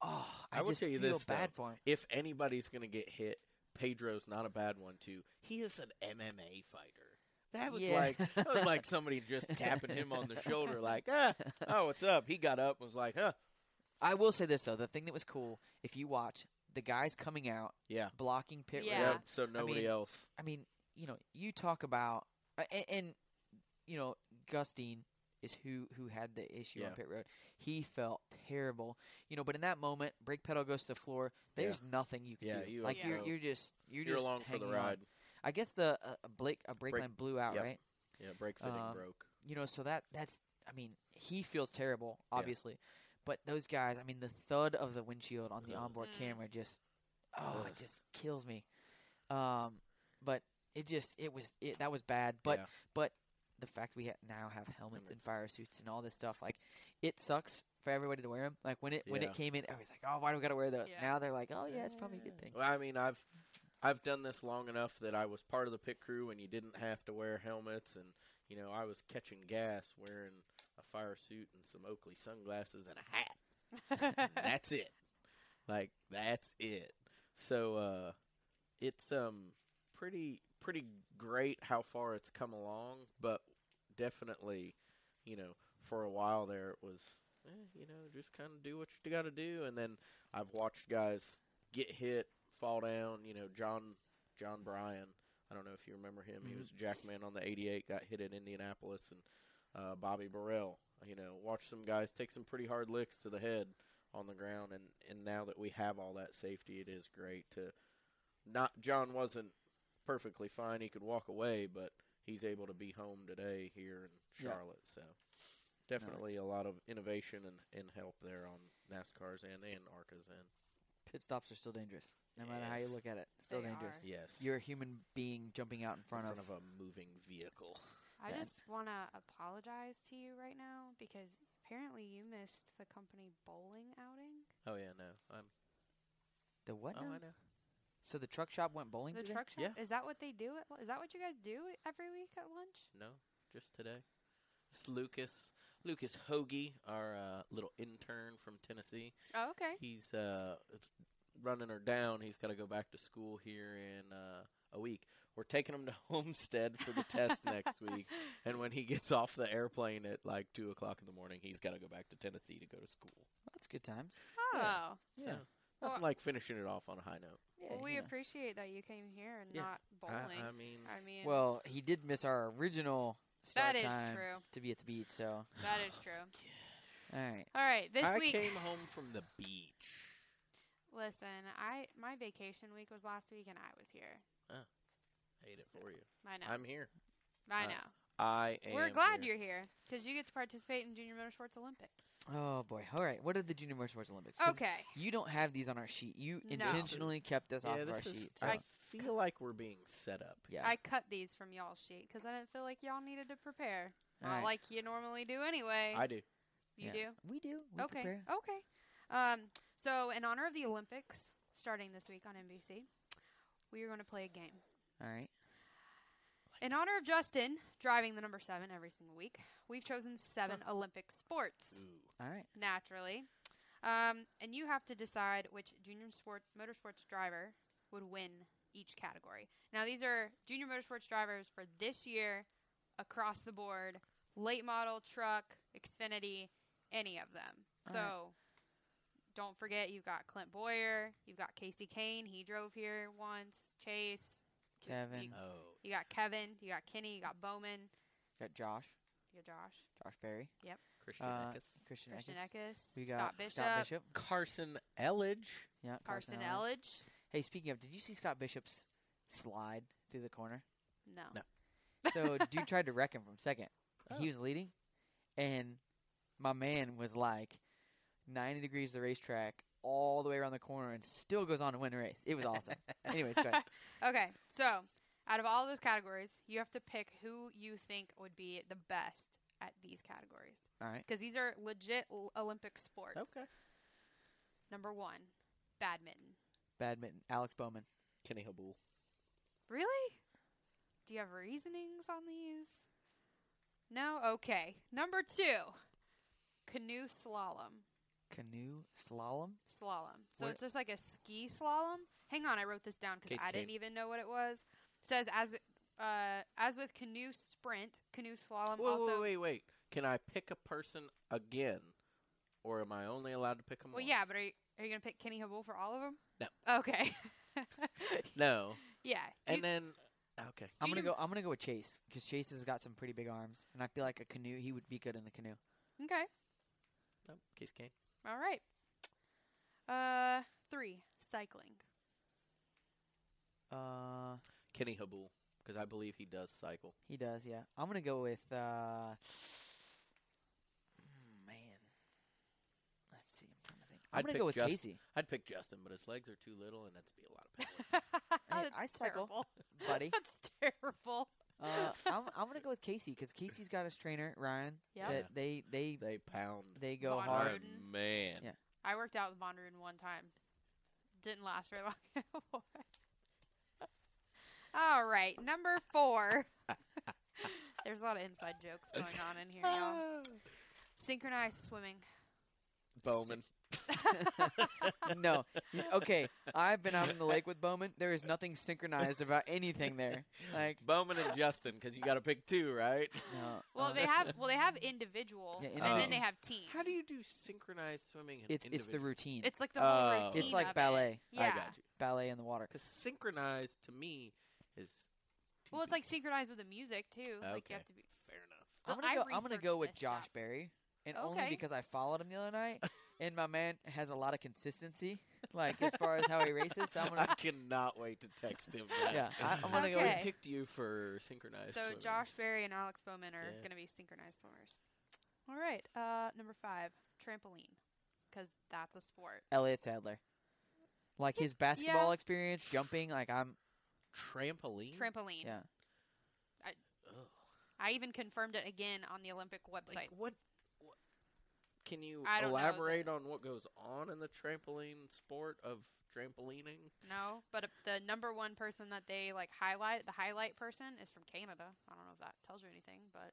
C: oh, I,
B: I will
C: just
B: tell you
C: feel
B: this, though.
C: bad for him.
B: If anybody's gonna get hit, Pedro's not a bad one too. He is an MMA fighter. That was
C: Yeah.
B: like that was like somebody just tapping him on the shoulder, like, ah, oh, what's up? He got up, and was like, huh,
C: I will say this though, the thing that was cool, if you watch the guys coming out,
B: Yeah.
C: blocking pit road.
E: Yeah.
B: Yep, so nobody
C: mean,
B: else.
C: I mean, you know, you talk about and, and you know, Gustine is who who had the issue
B: Yeah.
C: on pit road. He felt terrible, you know. But in that moment, brake pedal goes to the floor. There's nothing you can
B: Yeah,
C: do.
B: you
C: like
E: are
C: you're
B: out.
C: you're just you're,
B: You're
C: just
B: along for the
C: hanging on.
B: ride.
C: I guess the uh, a Blake a brake
B: Brake-
C: line blew out,
B: yep.
C: right?
B: Yeah, brake fitting
C: Um,
B: broke.
C: you know, so that that's I mean, he feels terrible,
B: Yeah.
C: obviously. But those guys, I mean, the thud of the windshield on the
B: Ugh.
C: onboard
E: Mm.
C: camera just oh,
B: Ugh.
C: it just kills me. Um, but it just it was it that was bad, but
B: Yeah.
C: but the fact we ha- now have helmets and
B: Helmets.
C: fire suits and all this stuff, like it sucks for everybody to wear them. Like when it when
B: Yeah.
C: it came in, I was like, oh, why do we gotta wear those?
E: Yeah.
C: Now they're like, oh yeah, it's probably a good thing.
B: Well, I mean, I've I've done this long enough that I was part of the pit crew, and you didn't have to wear helmets, and you know, I was catching gas wearing a fire suit and some Oakley sunglasses and a hat. that's it. Like that's it. So uh it's um pretty pretty great how far it's come along, but definitely, you know, for a while there it was eh, you know, just kind of do what you got to do and then I've watched guys get hit, fall down, you know, John John Bryan, I don't know if you remember him. He
C: Mhm.
B: was Jackman on the 88, got hit at Indianapolis and uh, Bobby Burrell. You know, watch some guys take some pretty hard licks to the head on the ground, and and now that we have all that safety, it is great to not. John wasn't perfectly fine; he could walk away, but he's able to be home today here in
C: Yeah.
B: Charlotte. So definitely a lot of innovation and, and help there on NASCAR's end and ARCA's end.
C: Pit stops are still dangerous, no matter how you
B: Yes.
C: look at it. Still
E: They
C: dangerous.
E: are.
B: Yes,
C: You're a human being jumping out in
B: in
C: front of
B: front of a moving vehicle.
E: I
C: Yeah.
E: just want to apologize to you right now because apparently you missed the company bowling outing.
B: Oh yeah, no, I'm.
C: the what?
B: oh,
C: now?
B: I know.
C: So the truck shop went bowling
E: The
C: today?
E: truck shop?
B: Yeah.
E: Is that what they do? At, lu- is that what you guys do every week at lunch?
B: No, just today. It's Lucas. Lucas Hoagie, our uh, little intern from Tennessee.
E: Oh, okay.
B: He's uh, it's running her down. He's got to go back to school here in uh, a week. We're taking him to Homestead for the test next week. And when he gets off the airplane at like two o'clock in the morning, he's got to go back to Tennessee to go to school.
C: That's good times.
E: Oh.
B: Yeah.
C: Yeah.
B: So, nothing like finishing it off on a high note.
E: Well, we appreciate that you came here and
B: Yeah.
E: not bowling.
B: I,
E: I,
B: I mean,
E: mean,
C: Well, he did miss our original
E: that
C: start
E: is
C: time
E: true.
C: to be at the beach. So,
E: That is true.
C: all right.
E: All right, this
B: I
E: week.
B: came home from the beach.
E: Listen, I my vacation week was last week and I was here.
B: Hate it for you.
E: I know.
B: I'm here.
E: i
B: I-
E: know.
B: I am.
E: We're glad
B: here.
E: you're here because you get to participate in Junior Motorsports Olympics.
C: Oh boy. All right. What are the Junior Motorsports Olympics? 'Cause
E: Okay.
C: You don't have these on our sheet. You
E: No.
C: intentionally kept this off of
B: this
C: our
B: is-
C: sheet. So,
B: I feel like we're being set up.
C: yeah.
E: I cut these from y'all's sheet because I didn't feel like y'all needed to prepare.
C: All
E: Not
C: right.
E: like you normally do anyway.
B: I do.
E: you
C: Yeah.
E: do?
C: we do. We
E: okay.
C: prepare.
E: Okay. Um, so, in honor of the Olympics starting this week on NBC, we are going to play a game.
C: All right.
E: In honor of Justin driving the number seven every single week, we've chosen seven Olympic sports,
B: Ooh.
C: All right.
E: naturally. Um, and you have to decide which junior sport, motorsports driver would win each category. Now, these are junior motorsports drivers for this year across the board late model, truck, Xfinity, any of them.
C: All
E: so,
C: right.
E: don't forget you've got Clint Boyer, you've got Casey Kane. He drove here once. Chase,
C: Kevin,
B: Oh,
E: you got Kevin, you got Kenny, you got Bowman,
C: got Josh,
E: you got Josh,
C: Josh Berry,
B: Christian
C: Uh,
B: Eckes.
C: Christian,
E: Christian
C: Eckes.
E: Eckes,
C: We
E: Scott
C: got
E: Bishop,
B: Carson Elledge.
C: Yeah,
E: Carson
C: Ellis.
E: Elledge.
C: Hey, speaking of, did you see Scott Bishop's slide through the corner?
E: No.
B: No.
C: So dude tried to wreck him from second.
B: Oh.
C: He was leading, and my man was like ninety degrees of the racetrack all the way around the corner, and still goes on to win the race. It was awesome. Anyways, go ahead.
E: Okay, so out of all those categories, you have to pick who you think would be the best at these categories
C: All right.
E: because these are legit l- Olympic sports.
B: Okay.
E: Number one, badminton.
C: Badminton. Alex Bowman.
B: Kenny Habul.
E: Really? Do you have reasonings on these? No? Okay. Number two, canoe slalom.
C: Canoe slalom.
E: Slalom. So
C: Where-
E: it's just like a ski slalom. Hang on, I wrote this down because
B: Case
E: I didn't
B: came.
E: even know what it was. says as uh, as with canoe sprint, canoe slalom
B: Wait,
E: Um, also.
B: wait, wait, wait. Can I pick a person again, or am I only allowed to pick them?
E: Well, yeah, but are you, are you gonna pick Kenny Hubble for all of them?
B: No.
E: Okay.
B: No.
E: yeah.
B: And
E: you-
B: then, oh, okay.
C: I'm gonna
E: Peter-
C: go. I'm gonna go with Chase because Chase has got some pretty big arms, and I feel like a canoe. He would be good in the canoe.
E: okay.
B: No, Case Kane.
E: All right. Uh, three cycling.
C: Uh,
B: Kenny Habul, because I believe he does cycle.
C: he does. Yeah. I'm gonna go with. Uh, mm, man. Let's see. I'm trying to think. I'm
B: I'd
C: gonna
B: pick
C: go with
B: Justin.
C: Casey.
B: I'd pick Justin, but his legs are too little, and that'd be a lot of power.
E: That's
C: I cycle,
E: terrible.
C: buddy.
E: That's terrible.
C: Uh, I'm, I'm gonna go with Casey because Casey's got his trainer Ryan.
E: Yep.
C: that they they
B: they pound.
C: they go
E: Von
C: hard.
E: Ruden. Harden.
B: man.
C: Yeah.
E: I worked out with Von Ruden one time. Didn't last very long. All right, number four. There's a lot of inside jokes going on in here, y'all. Synchronized swimming.
B: Bowman.
C: no, y- okay. I've been out in the lake with Bowman. There is nothing synchronized about anything there. Like
B: Bowman and Justin, because you got to pick two, right?
C: no.
E: Well,
C: uh,
E: they have well they have individual,
C: Yeah,
E: and then
B: individual.
E: they have team.
B: How do you do synchronized swimming? And
C: it's it's the
B: individual?
C: routine.
E: It's like the whole
B: Oh.
E: routine.
C: It's like
E: of it.
C: ballet,
E: Yeah.
B: I got you.
C: ballet in the water.
B: Because synchronized to me is. to
E: Well, it's
B: be-
E: like synchronized with the music too. Like you
B: Okay.
E: have to be.
B: fair enough.
E: Well,
C: I'm gonna
E: I
C: go. I'm gonna
E: researched
C: go with
E: this
C: Josh
E: stuff.
C: Berry, and only
E: Okay.
C: because I followed him the other night, and my man has a lot of consistency, like as far as how he races. So I'm gonna.
B: I cannot wait to text him. That.
C: Yeah, I- I'm gonna
E: go- Okay.
B: We picked you for synchronized.
E: So
B: swimming.
E: Josh Berry and Alex Bowman are
B: Yeah.
E: going to be synchronized swimmers. All right, uh, number five, trampoline, because that's a sport.
C: Elliot Sadler. Like his basketball experience, jumping, like I'm
B: trampoline.
E: Trampoline.
C: yeah.
B: Ugh.
E: I even confirmed it again on the Olympic website.
B: Like what? what- Can you
E: I don't know the-
B: elaborate on what goes on in the trampoline sport of trampolining?
E: no, but uh, the number one person that they like highlight, the highlight person, is from Canada. I don't know if that tells you anything, but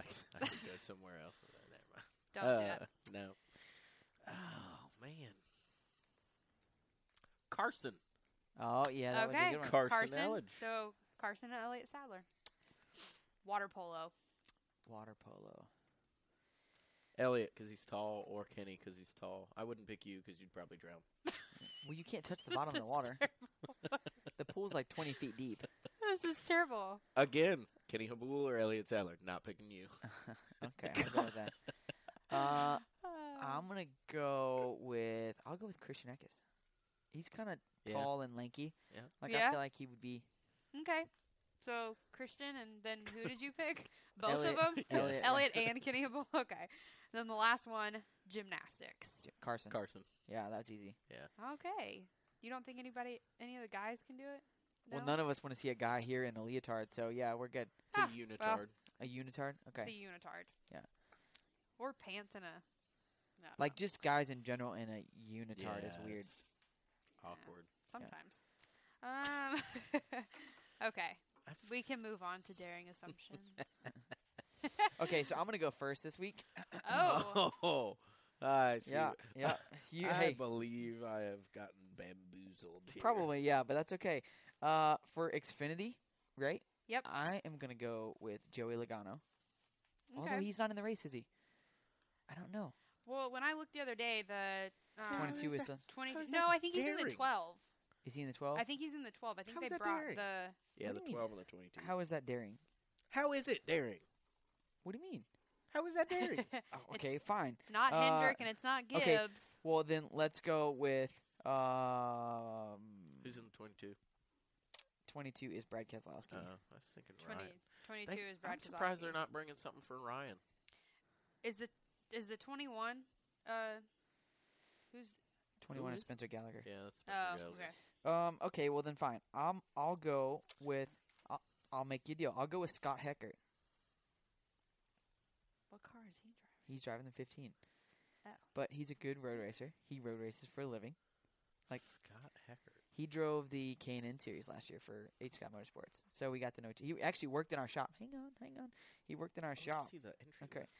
B: I, I could go somewhere else with that. Never mind.
E: don't do that.
B: Uh, No. Oh man. Carson.
C: Oh yeah, that
E: okay,
C: would be a good one.
B: Carson Elledge.
E: So Carson and Elliot Sadler. Water polo.
C: Water polo.
B: Elliot, because he's tall, or Kenny, because he's tall. I wouldn't pick you because you'd probably drown.
C: Well, you can't touch the bottom of the water. the pool's like 20 feet deep.
E: This is terrible.
B: Again, Kenny Habul or Elliot Sadler. Not picking you.
C: okay, I'll go with that. Uh,
E: Uh,
C: I'm gonna go with I'll go with Christian Eckes. He's kind of
B: Yeah.
C: tall and lanky.
B: Yeah.
C: Like I
E: Yeah.
C: feel like he would be
E: Okay. So Christian, and then who did you pick? Both
C: Elliot.
E: of them,
B: Elliot.
C: Elliot,
E: Elliot and Kenny Hubble. Okay. Then the last one, gymnastics.
C: Yeah, Carson.
B: Carson.
C: yeah, that's easy.
E: Okay. You don't think anybody, any of the guys can do it?
C: Well, none of us want to see a guy here in a leotard, so yeah, we're good.
B: It's a
E: Ah,
B: unitard.
C: A unitard, okay.
E: It's a unitard.
C: Yeah.
E: Or pants and a. I don't
C: Like
E: know.
C: just guys in general in a unitard is
B: Yeah,
C: weird.
B: it's Awkward.
E: sometimes. Um. okay. We can move on to daring assumption.
C: Okay, so I'm gonna go first this week.
E: oh.
B: Oh, I see.
C: Yeah,
B: what-
C: yeah. You,
B: I
C: hey,
B: believe I have gotten bamboozled. Here.
C: probably yeah, but that's okay. Uh, for Xfinity, right?
E: Yep.
C: I am gonna go with Joey Logano. Although
E: Okay.
C: he's not in the race, is he? I don't know.
E: Well, when I looked the other day, the um,
C: Twenty two
B: is
C: is the.
E: twenty-
B: how is
E: No,
B: that
E: I think he's in the
B: daring?
E: twelve.
C: Is he in the twelve?
E: I think he's in the twelve. I think
B: How is
E: they
B: that
E: brought
B: daring?
E: the.
B: Yeah,
C: What do
B: the
C: you mean?
B: 12 and the 22.
C: How is that daring?
B: How is it daring?
C: What do you mean?
B: How is that daring?
C: Oh, okay, fine.
E: It's not
C: Uh,
E: Hendrick and it's not Gibbs.
C: okay. Well, then let's go with um.
B: Who's in the 22?
C: Twenty-two is Brad Keselowski.
B: Uh, I was thinking
E: 20,
B: Ryan.
E: 22
B: They-
E: is Brad
B: I'm surprised they're
E: Keselowski.
B: not bringing something for Ryan.
E: Is the is the twenty one? Uh, who's?
C: Twenty-one is
B: is?
C: Spencer Gallagher.
B: Yeah, that's
E: Oh,
B: Spencer Gallagher.
E: okay.
C: Um. Okay. Well, then fine. I'm. I'll go with. I'll, I'll make you a deal. I'll go with Scott Hecker.
E: What car is he driving?
C: He's driving the 15.
E: Oh.
C: But he's a good road racer. He road races for a living. Like-
B: Scott Hecker.
C: He drove the K&N series last year for H. Scott Motorsports. So we got to know each He actually worked in our shop. Hang on, hang on. He worked in our
B: Let's
C: shop.
B: see the entry
C: Okay.
B: list.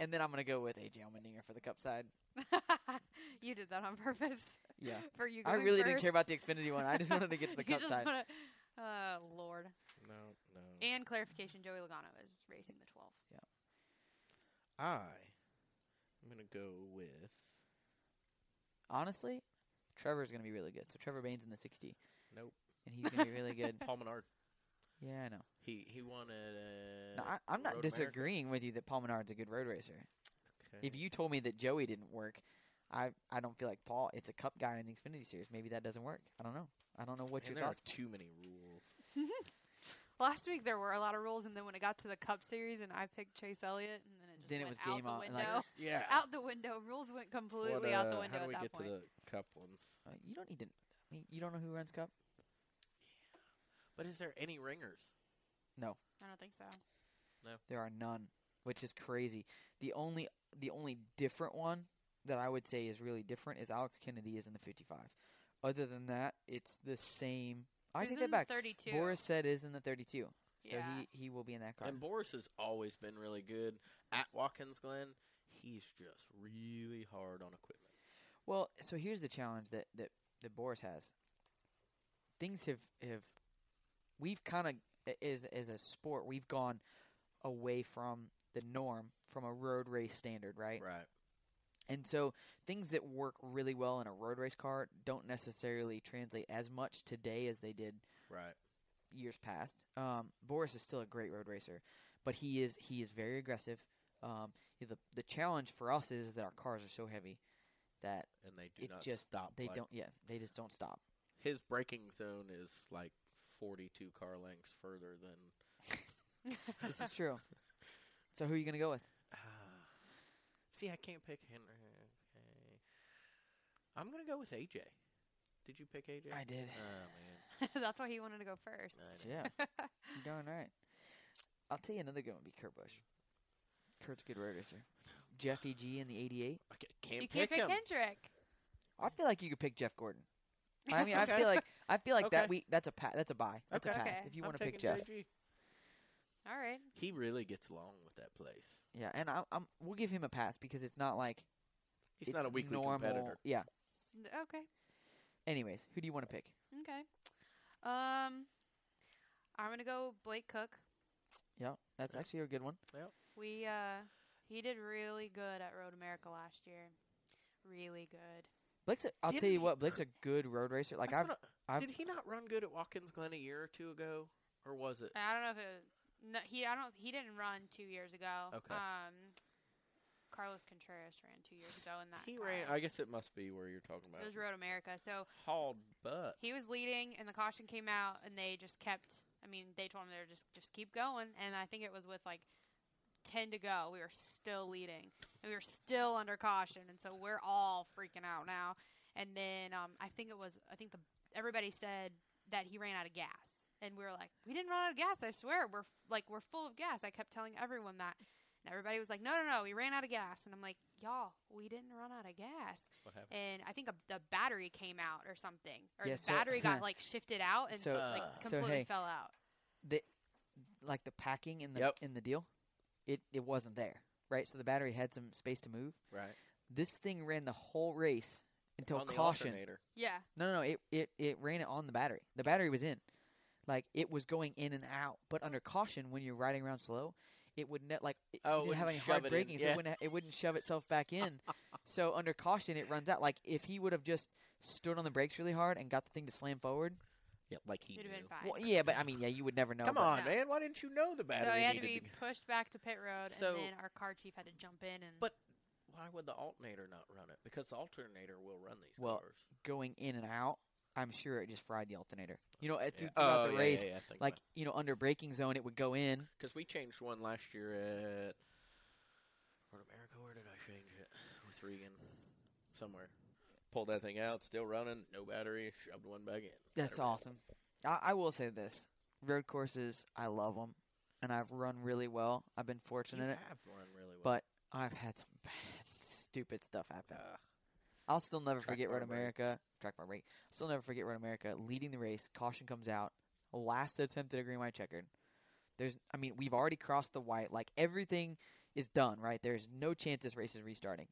C: And then I'm going to go with A.J. Allmendinger for the cup side.
E: you did that on purpose.
C: Yeah.
E: For you.
C: I
E: going
C: really did didn't care
E: first.
C: about the Xfinity one. I just wanted to get to the
E: You
C: cup
E: just
C: side.
E: wanna- Oh Lord.
B: No, no.
E: And clarification: Joey Logano is racing the twelve.
B: I am gonna go with
C: Honestly, Trevor's going to be really good. So Trevor Bain's in the 60.
B: Nope.
C: And he's going to be really good.
B: Paul Menard.
C: Yeah, I know.
B: He he wanted. Uh,
C: No, I, I'm not
B: Road America.
C: disagreeing with you that Paul Menard's a good road racer.
B: Okay.
C: If you told me that Joey didn't work, I I don't feel like Paul. It's a cup guy in the Xfinity series. Maybe that doesn't work. I don't know. I don't know what
B: Man,
C: your
B: there are
C: thoughts.
B: too many rules.
E: Last week there were a lot of rules, and then when it got to the Cup Series, and I picked Chase Elliott, and then it just
C: Then it
E: went
C: was game
E: out
C: on,
E: the
C: and,
E: window.
C: like,
B: Yeah.
E: out the window. Rules went completely out the
B: uh,
E: window
B: How do we
E: at
B: get
E: that point.
B: to the cup ones?
C: Uh, you don't need to. I mean, you don't know who runs cup.
B: But is there any ringers?
E: I don't think so.
C: There are none, which is crazy. The only the only different one that I would say is really different is Alex Kennedy is in the 55. Other than that, it's the same. I
E: Who's
C: take
E: in
C: that
E: the
C: back.
E: Thirty-two.
C: Boris said is in the 32, so
E: Yeah.
C: he he will be in that car.
B: And Boris has always been really good at Watkins Glen. He's just really hard on equipment.
C: Well, so here's the challenge that that, that Boris has. Things have have we've kind of as as a sport we've gone away from the norm from a road race standard, right?
B: Right.
C: And so things that work really well in a road race car don't necessarily translate as much today as they did
B: Right.
C: years past. Um, Boris is still a great road racer, but he is he is very aggressive. Um, the the challenge for us is that our cars are so heavy that
B: And they do
C: It
B: not
C: just-
B: stop.
C: they
B: like-
C: don't yeah they just don't stop.
B: His braking zone is like 42 car lengths further than.
C: this is true. So who are you gonna go with?
B: Ah. See, I can't pick Henry. Okay. I'm gonna go with AJ. Did you pick AJ?
C: did.
B: Oh man.
E: That's why he wanted to go first.
B: I know.
C: Yeah, you're doing right. I'll tell you another good one. Be Kurt Busch. Kurt's a good road racer. Jeff E. G. in the '88.
B: I ca- can't,
E: you can't pick
B: him.
E: Hendrick.
C: I feel like you could pick Jeff Gordon. I mean, I feel like I feel like that
B: Okay.
C: we that's a pa- that's a buy. That's
B: Okay.
C: a pass
E: Okay.
C: if you
B: I'm
C: want to pick
B: taking
C: Jeff.
B: JG.
E: All right.
B: He really gets along with that place.
C: Yeah, and I, I'm we'll give him a pass because it's not like
B: He's
C: it's
B: not a weekly
C: normal.
B: competitor.
C: Yeah.
E: N- Okay.
C: Anyways, who do you want to pick?
E: Okay. Um, I'm gonna go Blake Cook.
C: Yeah, that's
B: Yeah.
C: actually a good one.
E: We uh, he did really good at Road America last year. Really good.
C: Blake's. A, I'll tell
B: Didn't he-
C: you what, Blake's a good road racer. Like
B: That's
C: I've,
B: what I-
C: I've
B: did he not run good at Watkins Glen a year or two ago, or was it?
E: I don't know if it. No, he I don't. He didn't run two years ago.
B: Okay.
E: Um, Carlos Contreras ran two years ago in that.
B: He
E: car.
B: ran. I guess it must be where you're talking about.
E: It was Road America. So
B: Hauled butt.
E: he was leading, and the caution came out, and they just kept. I mean, they told him they were just just keep going, and I think it was with like ten to go. We were still leading, and we were still under caution, and so we're all freaking out now. And then um, I think it was I think the everybody said that he ran out of gas, and we were like, we didn't run out of gas. I swear, we're f- like we're full of gas. I kept telling everyone that, and everybody was like, no, no, no, we ran out of gas. And I'm like, y'all, we didn't run out of gas
B: What happened?
E: and I think a, the battery came out or something, or
C: Yeah,
E: the
C: so-
E: battery got like shifted out and
C: So-
B: Uh.
E: like
B: So,
E: completely
C: hey,
E: fell out.
C: like the packing in the
B: Yep.
C: in the deal, it it wasn't there, right? So the battery had some space to move.
B: Right.
C: This thing ran the whole race until
B: On the
C: caution.
B: alternator.
E: Yeah,
C: No, no, no, it it it ran it on the battery. The battery was in, like it was going in and out. But under caution, when you're riding around slow, it would net like it
B: Oh, it
C: didn't have
B: wouldn't
C: any hard
B: shove it in,
C: braking, so
B: yeah.
C: it wouldn't it wouldn't shove itself back in. so under caution, it runs out. Like if he would have just stood on the brakes really hard and got the thing to slam forward.
B: Yeah, like he
E: You'd have been
B: knew.
E: fine.
C: Well, yeah, but I mean, yeah, you would never know.
B: Come
C: but-
B: on,
E: No.
B: man! Why didn't you know the battery
E: so he had to
B: needed
E: be
B: to
E: pushed back to pit road,
B: So-
E: and then our car chief had to jump in and.
B: But why would the alternator not run it? Because the alternator will run these
C: Well,
B: cars.
C: Going in and out, I'm sure it just fried the alternator. You know, at,
B: Yeah.
C: throughout
B: Oh,
C: the
B: yeah,
C: race,
B: yeah, yeah, I think
C: like you know, under braking zone, it would go in.
B: Because we changed one last year at Road America. Where did I change it? With Regan. Somewhere. Pulled that thing out, still running, no battery, shoved one back in.
C: That's
B: Battery out.
C: awesome. I, I will say this: road courses, I love them, and I've run really well. I've been
B: You
C: fortunate,
B: have run really well.
C: but I've had some bad, stupid stuff happen.
B: Ah,
C: I'll still never
B: Track
C: forget Road
B: bar brake.
C: America. Track bar break. Still never forget Road America. Leading the race, caution comes out. Last attempt at a green white checkered. There's, I mean, we've already crossed the white. Like everything is done, right? There's no chance this race is restarting.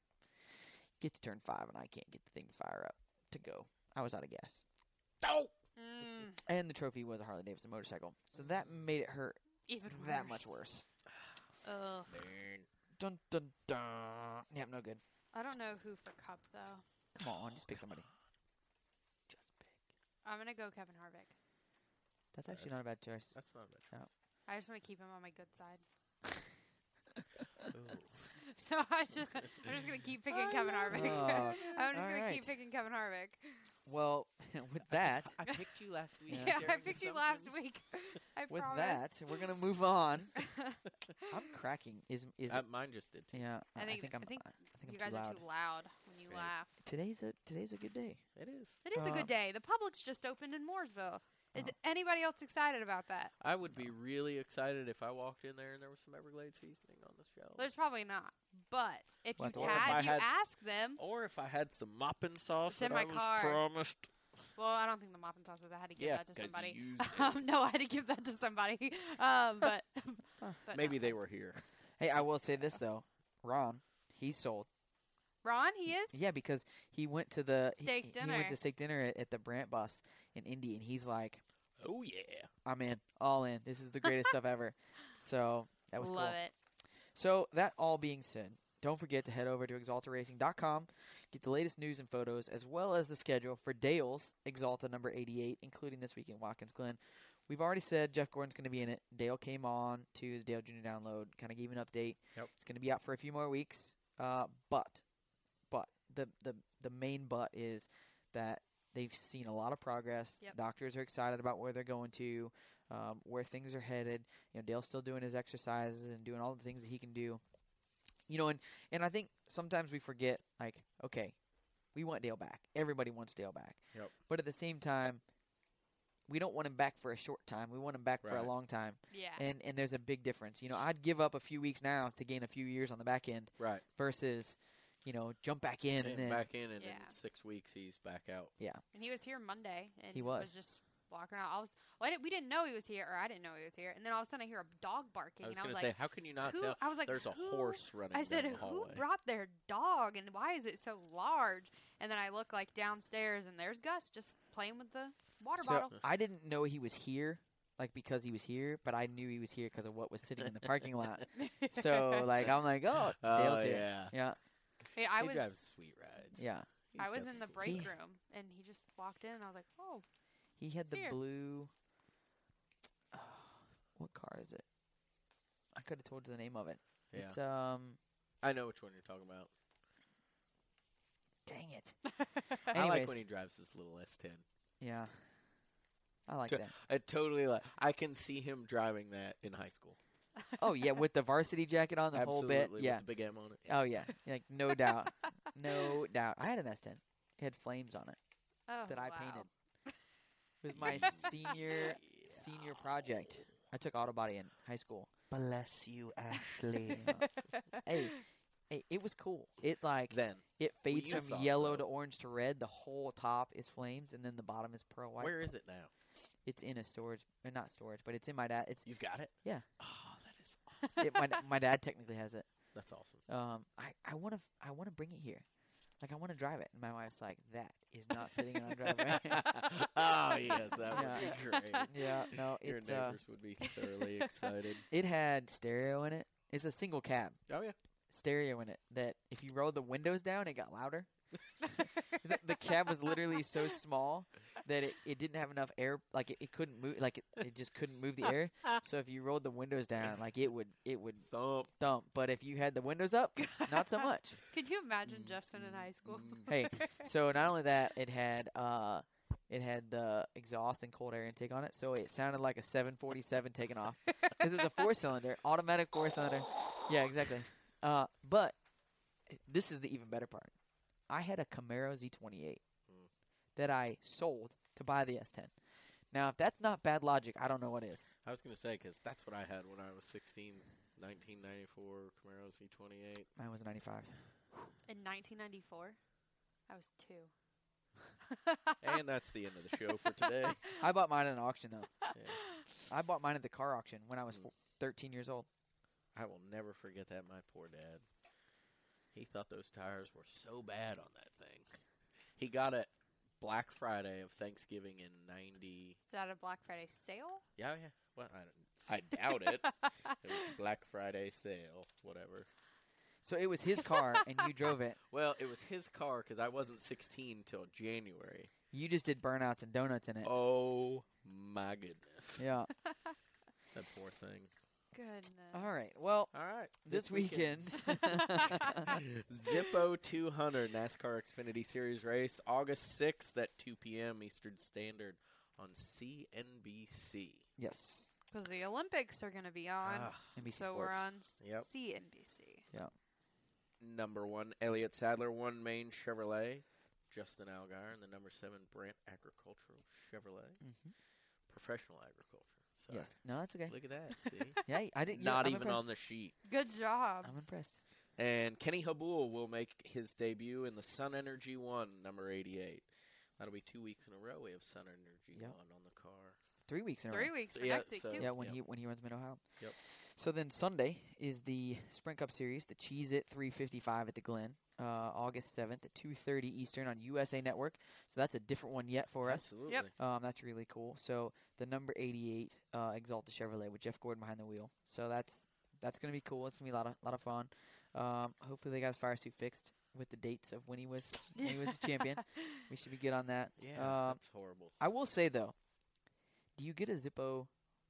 C: Get to turn five, and I can't get the thing to fire up to go. I was out of gas,
B: oh!
E: Mm,
C: and the trophy was a Harley Davidson motorcycle, so that made it hurt
E: even
C: that much worse.
E: Ugh.
B: Burn.
C: Dun dun dun. Yeah, no good.
E: I don't know who for cup though.
C: Come on, just pick somebody. Just pick.
E: I'm gonna go Kevin Harvick.
C: That's actually not a bad choice.
B: That's not bad.
E: I just want to keep him on my good side.
B: Ooh.
E: So I just, I'm just gonna keep picking
B: I
E: Kevin
B: love
E: Harvick.
C: Oh,
E: I'm just gonna
C: alright.
E: keep picking Kevin Harvick.
C: Well, with that,
B: I picked you last week.
C: Yeah.
E: Yeah, I
B: during
E: picked you last
B: assumptions.
E: week. I
C: with
E: promise.
C: that, we're gonna move on. I'm cracking. Is is
B: Uh, mine just did too.
C: yeah? I
E: I
C: I
E: think-
C: think
E: I
C: I'm. I think
E: think
C: I'm
E: you guys
C: too
E: are
C: loud.
E: too loud when you
B: Right.
E: laugh.
C: Today's a today's a good day.
B: It is.
E: It is a
C: Uh,
E: good day. The public's just opened in Mooresville. Is
C: Oh.
E: anybody else excited about that?
B: I would be really excited if I walked in there and there was some Everglades seasoning on the shelf.
E: There's probably not. But if
C: Well,
E: you
C: I thought if
E: had,
B: I
E: you
B: had- Oh.
E: ask them.
B: Or if I had some mopping sauce
E: It's
B: that
E: in my
B: I was
E: car.
B: promised.
E: Well, I don't think the muffin sauces. I had to give
B: Yeah,
E: that
B: 'cause
E: to
B: you
E: somebody.
B: used it.
E: Um, no, I had to give that to somebody. Um, but, but
B: Maybe
E: no.
B: they were here.
C: Hey, I will say this though, Ron, he's sold.
E: Ron, he is.
C: Yeah, because he went to the he-
E: Steak
C: he, He went
E: dinner.
C: to steak dinner at, at the Brant Bus in Indy, and he's like,
B: Oh yeah.
C: "I'm in, all in. This is the greatest stuff ever." So that was
E: Love
C: cool.
E: it.
C: So, that all being said, don't forget to head over to exaltaracing.com, get the latest news and photos, as well as the schedule for Dale's Exalta number 88, including this week in Watkins Glen. We've already said Jeff Gordon's going to be in it. Dale came on to the Dale Jr. download, kind of gave an update.
B: Yep.
C: It's going to be out for a few more weeks. Uh, but, but, the, the, the main but is that they've seen a lot of progress.
E: Yep.
C: Doctors are excited about where they're going to, um, where things are headed you know Dale's still doing his exercises and doing all the things that he can do. You know, and and I think sometimes we forget like okay, we want Dale back. Everybody wants Dale back.
B: Yep.
C: But at the same time, we don't want him back for a short time. We want him back for a
B: Right.
C: long time.
E: Yeah.
C: And and there's a big difference. You know, I'd give up a few weeks now to gain a few years on the back end
B: Right.
C: versus you know, jump back in and,
B: And,
C: then
B: back in, and in
E: Yeah.
B: six weeks he's back out.
E: And he was here Monday, and
C: He was.
E: just walking out. I was, well, I didn't, we didn't know he was here, or I didn't know he was here. And then all of a sudden, I hear a dog barking,
B: I was
E: and I
B: gonna
E: was
B: say,
E: like,
B: how can you not
E: "Who?"
B: tell?
E: I was like,
B: There's a
E: "Who?"
B: horse running.
E: I said,
B: down the
E: "Who
B: hallway.
E: brought their dog, and why is it so large?" And then I look like downstairs, and there's Gus just playing with the water
C: so
E: bottle.
C: I didn't know he was here like because he was here, but I knew he was here because of what was sitting in the parking lot. So like I'm like, oh, Dale's
B: Oh
C: here.
B: yeah.
C: Yeah,
E: Yeah, I
B: he
E: was,
B: drives sweet rides.
C: yeah.
B: He's
E: I was
B: definitely
E: in the
B: cool.
E: break
C: He-
E: room, and he just walked in, and I was like, "Oh,
C: He had the
E: Here.
C: blue. what car is it? I could have told you the name of it.
B: Yeah.
C: It's um.
B: I know which one you're talking about.
C: Dang it.
B: I
C: Anyways,
B: like when he drives this little S10.
C: yeah. I like
B: To-
C: that.
B: I totally like. I can see him driving that in high school.
C: Oh yeah, with the varsity jacket on the
B: Absolutely.
C: whole bit.
B: With
C: Yeah.
B: the big M on it.
C: Oh yeah. Like no doubt, no doubt. I had an S10. It had flames on it
E: oh,
C: that I
E: wow.
C: painted. It was my senior senior project. I took auto body in high school.
F: Bless you, Ashley.
C: Hey, hey, it was cool. It like
B: Then
C: It fades
B: you
C: from
B: thought
C: yellow
B: so.
C: to orange to red. The whole top is flames, and then the bottom is pearl white.
B: where is it now?
C: It's in a storage, or not storage, but it's in my dad. It's
B: You've got it.
C: Yeah.
B: Oh, that is. Awesome.
C: it, my da- my dad technically has it.
B: That's awesome.
C: Um, I I want to I want to bring it here, like I want to drive it. And my wife's like, that is not sitting on a driveway.
B: oh yes, that would
C: Yeah.
B: be great.
C: yeah, no,
B: Your
C: it's uh,
B: neighbors would be thoroughly excited.
C: it had stereo in it. It's a single cab
B: Oh yeah.
C: stereo in it that if you rolled the windows down, it got louder. the, the cab was literally so small that it, it didn't have enough air like it, it couldn't move like it, it just couldn't move the air so if you rolled the windows down like it would it would
B: Thump.
C: thump but if you had the windows up not so much
E: Could you imagine
B: Mm,
E: Justin in
B: mm,
E: high school?
B: mm.
C: hey so not only that it had uh it had the exhaust and cold air intake on it so it sounded like a 747 taking off because it's a four cylinder automatic four cylinder yeah exactly uh but this is the even better part i had a camaro z28
B: Mm.
C: that i sold to buy the s10 now if that's not bad logic i don't know what is
B: I was gonna say 'cause that's what I had when I was 16, 1994 Camaro C28.
C: mine was 95
E: In 1994, I was two.
B: and that's the end of the show for today.
C: i bought mine at an auction though
B: Yeah.
C: i bought mine at the car auction when i was
B: Mm.
C: four- 13 years old
B: I will never forget that. My poor dad. He thought those tires were so bad on that thing. He got it Black Friday of Thanksgiving in '90.
E: Is that a Black Friday sale?
B: Yeah, yeah. Well, I don't, I doubt it. it was Black Friday sale, whatever.
C: so it was his car and you drove it
B: Well, it was his car because I wasn't 16 till January.
C: You just did burnouts and donuts in it.
B: Oh my goodness.
C: Yeah.
B: That poor thing.
E: Goodness.
C: All right. Well,
B: All right.
C: this, weekend.
B: Zippo 200 NASCAR Xfinity Series race, August 6th at 2 p.m. Eastern Standard on CNBC.
C: yes.
E: Because the Olympics are going to be on.
B: Ah,
C: NBC
E: so we're
C: Sports.
E: on
B: Yep.
E: CNBC.
B: number one, Elliott Sadler, one main Chevrolet, Justin Algar, and the number seven, Brant Agricultural Chevrolet,
C: Mhm.
B: professional agriculture. Sorry.
C: Yes. No, that's okay.
B: Look at that. See?
C: Yeah, I didn't. you know,
B: Not
C: I'm
B: even
C: impressed.
B: on the sheet.
E: Good job.
C: I'm impressed.
B: And Kenny Habul will make his debut in the Sun Energy One, number 88. That'll be two weeks in a row we have Sun Energy
C: Yep.
B: One on the car.
C: Three weeks in a
E: Three
C: row.
E: weeks for
B: Yeah,
E: next week,
B: so-
E: too.
C: Yeah, when
B: Yep.
C: he when he runs Mid Ohio.
B: Yep.
C: So then Sunday is the Sprint Cup Series, the Cheese It 355 at the Glen, uh, August 7th at 2:30 Eastern on USA Network. So that's a different one yet for us.
B: Absolutely.
C: Um, that's really cool. So the number 88 uh, Exalted Chevrolet with Jeff Gordon behind the wheel. So that's that's gonna be cool. It's gonna be a lot of lot of fun. Um, hopefully they got his fire suit fixed with the dates of when he was when he was a champion. We should be good on that.
B: Yeah,
C: Um,
B: that's horrible.
C: I will say though, do you get a Zippo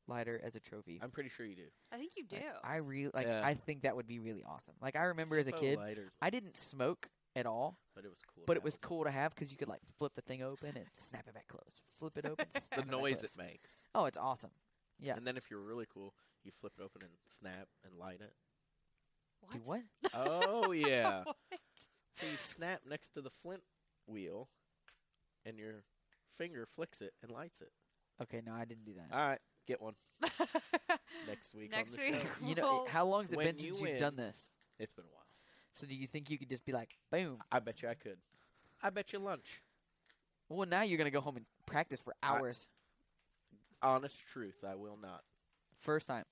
C: lighter as a trophy?
B: I'm pretty sure you do.
E: I think you do.
C: Like, I really like.
B: Yeah.
C: I think that would be really awesome. Like I remember as a
B: Zippo
C: kid,
B: lighters,
C: I didn't smoke at all.
B: but it was cool. to
C: But it
B: have
C: was
B: a-
C: cool to have because you could like flip the thing open and snap it back closed. Flip it open. snap
B: The
C: it back
B: noise
C: closed.
B: it makes.
C: Oh, it's awesome. Yeah.
B: And then if you're really cool, you flip it open and snap and light it.
E: what?
C: Do what?
B: Oh yeah.
E: What?
B: So you snap next to the flint wheel, and your finger flicks it and lights it.
C: Okay, no, I didn't do that.
B: All right, get one next week
E: Next
B: on the
E: week.
B: show.
C: you know,
E: Well,
C: how long has it
B: when
C: been
B: you
C: since you've done
B: win-
C: this?
B: It's been a while.
C: So do you think you could just be like, boom?
B: I bet you I could. I bet you lunch.
C: Well, now you're gonna go home and practice for
B: I-
C: hours.
B: Honest truth, I will not.
C: First time.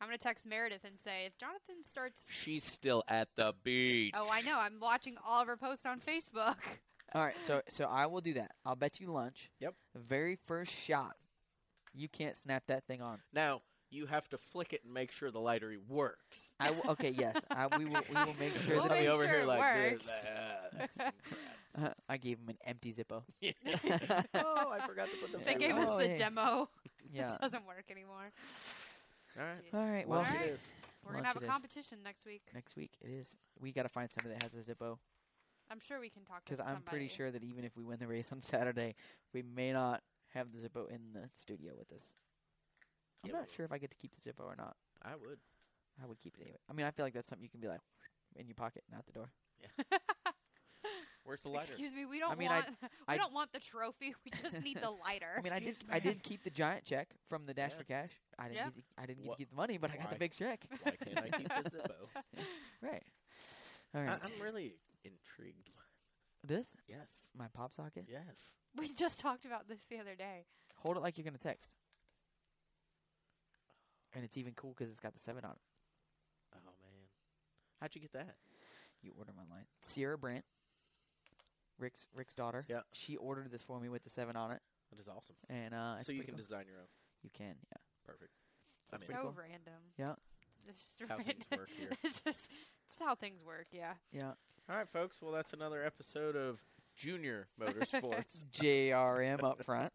E: I'm going to text Meredith and say, if Jonathan starts.
B: She's still at the beach.
E: Oh, I know. I'm watching all of her posts on Facebook.
C: All right, so so I will do that. I'll bet you lunch.
B: Yep.
C: Very first shot, you can't snap that thing on.
B: Now you have to flick it and make sure the lighter works.
C: I w- okay, yes, I, we will we will make sure
E: We'll
C: that
B: I'll be
E: make
B: over
E: sure
B: here
E: it
B: like
E: works.
B: this. Ah, that's some crap.
C: I gave him an empty Zippo.
B: oh, I forgot to put the.
E: They
C: Yeah.
B: flint
E: gave us
C: Oh,
E: the
C: hey.
E: demo.
C: Yeah.
E: It doesn't work anymore.
B: All right.
E: Jeez.
C: All right. Well,
B: Lunch
E: All
B: it
E: right.
B: is.
E: We're going
C: Lunch
E: to have
C: it
E: a
C: is.
E: competition next week.
C: next week it is. We got to find somebody that has a Zippo
E: I'm sure we can talk to
C: because I'm pretty
E: somebody.
C: sure that even if we win the race on Saturday, we may not have the Zippo in the studio with us. I'm
B: Yeah,
C: not
B: we
C: sure if I get to keep the Zippo or not.
B: I would.
C: I would keep it anyway. I mean, I feel like that's something you can be like in your pocket and out the door.
B: Where's the lighter?
E: Excuse me, we don't
C: mean, I-
E: want we
C: I-
E: don't want the trophy. We just need the lighter.
C: I mean, I did I did keep the giant check from the Dash
B: Yeah.
C: for Cash. I didn't
E: Yeah.
C: get the, I didn't get
B: Wha-
C: to keep the money, but I got
B: why?
C: the big check.
B: Why can't I keep the Zippo?
C: Right. All
B: I,
C: right.
B: I'm really intrigued.
C: this
B: Yes.
C: my pop socket.
B: Yes.
E: we just talked about this the other day.
C: Hold it like you're gonna text. And it's even cool because it's got the seven on it.
B: Oh man. How'd you get that?
C: You order 'em online. Sierra Brandt, Rick's Rick's daughter.
B: Yeah.
C: She ordered this for me with the seven on it,
B: That is awesome.
C: and uh, it's
B: so you
C: pretty
B: can
C: cool.
B: design your own.
C: you can yeah.
B: Perfect. I mean,
E: so
C: cool.
E: random.
C: Yeah.
B: how
E: destroyed.
B: things work here.
E: it's just it's how things work. Yeah.
C: Yeah.
B: All right, folks. Well, that's another episode of Junior Motorsports.
C: JRM up front.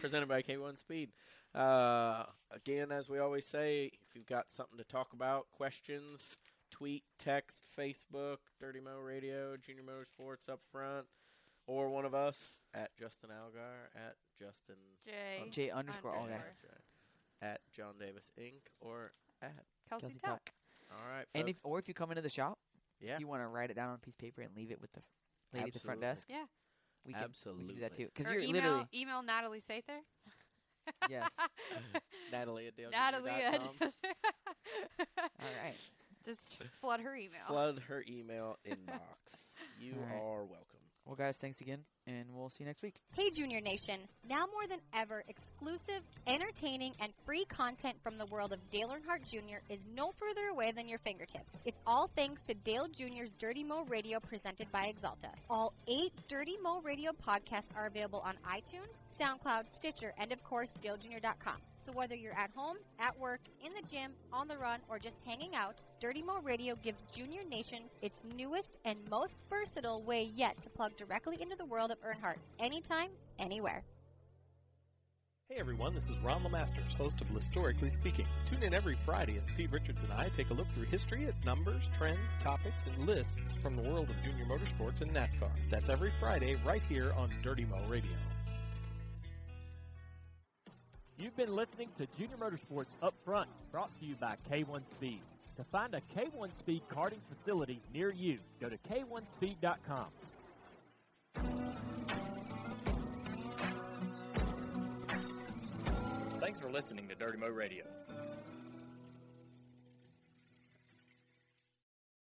B: presented by K1 Speed. Uh, again, as we always say, if you've got something to talk about, questions, tweet, text, Facebook, Dirty Mo Radio, Junior Motorsports up front, or one of us at Justin Algar, at Justin
E: Jay.
B: Um,
C: J underscore all that.
E: Underscore.
B: at John Davis Inc. or at
E: Kelsey,
C: Kelsey
E: Tuck.
C: Tuck.
B: all right,
C: And if,
B: folks.
C: or if you come into the shop,
B: yeah,
C: you want to write it down on a piece of paper and leave it with the lady at the front
B: Absolutely.
C: desk.
E: Yeah.
C: We can, we can do that
B: Absolutely.
C: too. Because
E: Or
C: you're
E: email
C: literally
E: email Natalie Sather.
C: yes.
B: Natalie at DaleJr.com.
E: Natalie. at-
C: All right.
E: Just flood her email.
B: flood her email inbox. You
C: All right.
B: are welcome.
C: Well, guys, thanks again, and we'll see you next week.
G: Hey, Junior Nation! Now more than ever, exclusive, entertaining, and free content from the world of Dale Earnhardt Jr. is no further away than your fingertips. It's all thanks to Dale Jr.'s Dirty Mo Radio presented by Exalta. All eight Dirty Mo Radio podcasts are available on iTunes, SoundCloud, Stitcher, and of course, DaleJr.com. So whether you're at home, at work, in the gym, on the run, or just hanging out, Dirty Mo Radio gives Junior Nation its newest and most versatile way yet to plug directly into the world of Earnhardt anytime, anywhere.
H: Hey everyone, this is Ron LeMasters, host of Historically Speaking. Tune in every Friday as Steve Richards and I take a look through history at numbers, trends, topics, and lists from the world of junior motorsports and NASCAR. That's every Friday right here on Dirty Mo Radio.
I: You've been listening to Junior Motorsports Up Front, brought to you by K1 Speed. To find a K1 Speed karting facility near you, go to k1speed.com.
A: Thanks for listening to Dirty Mo Radio.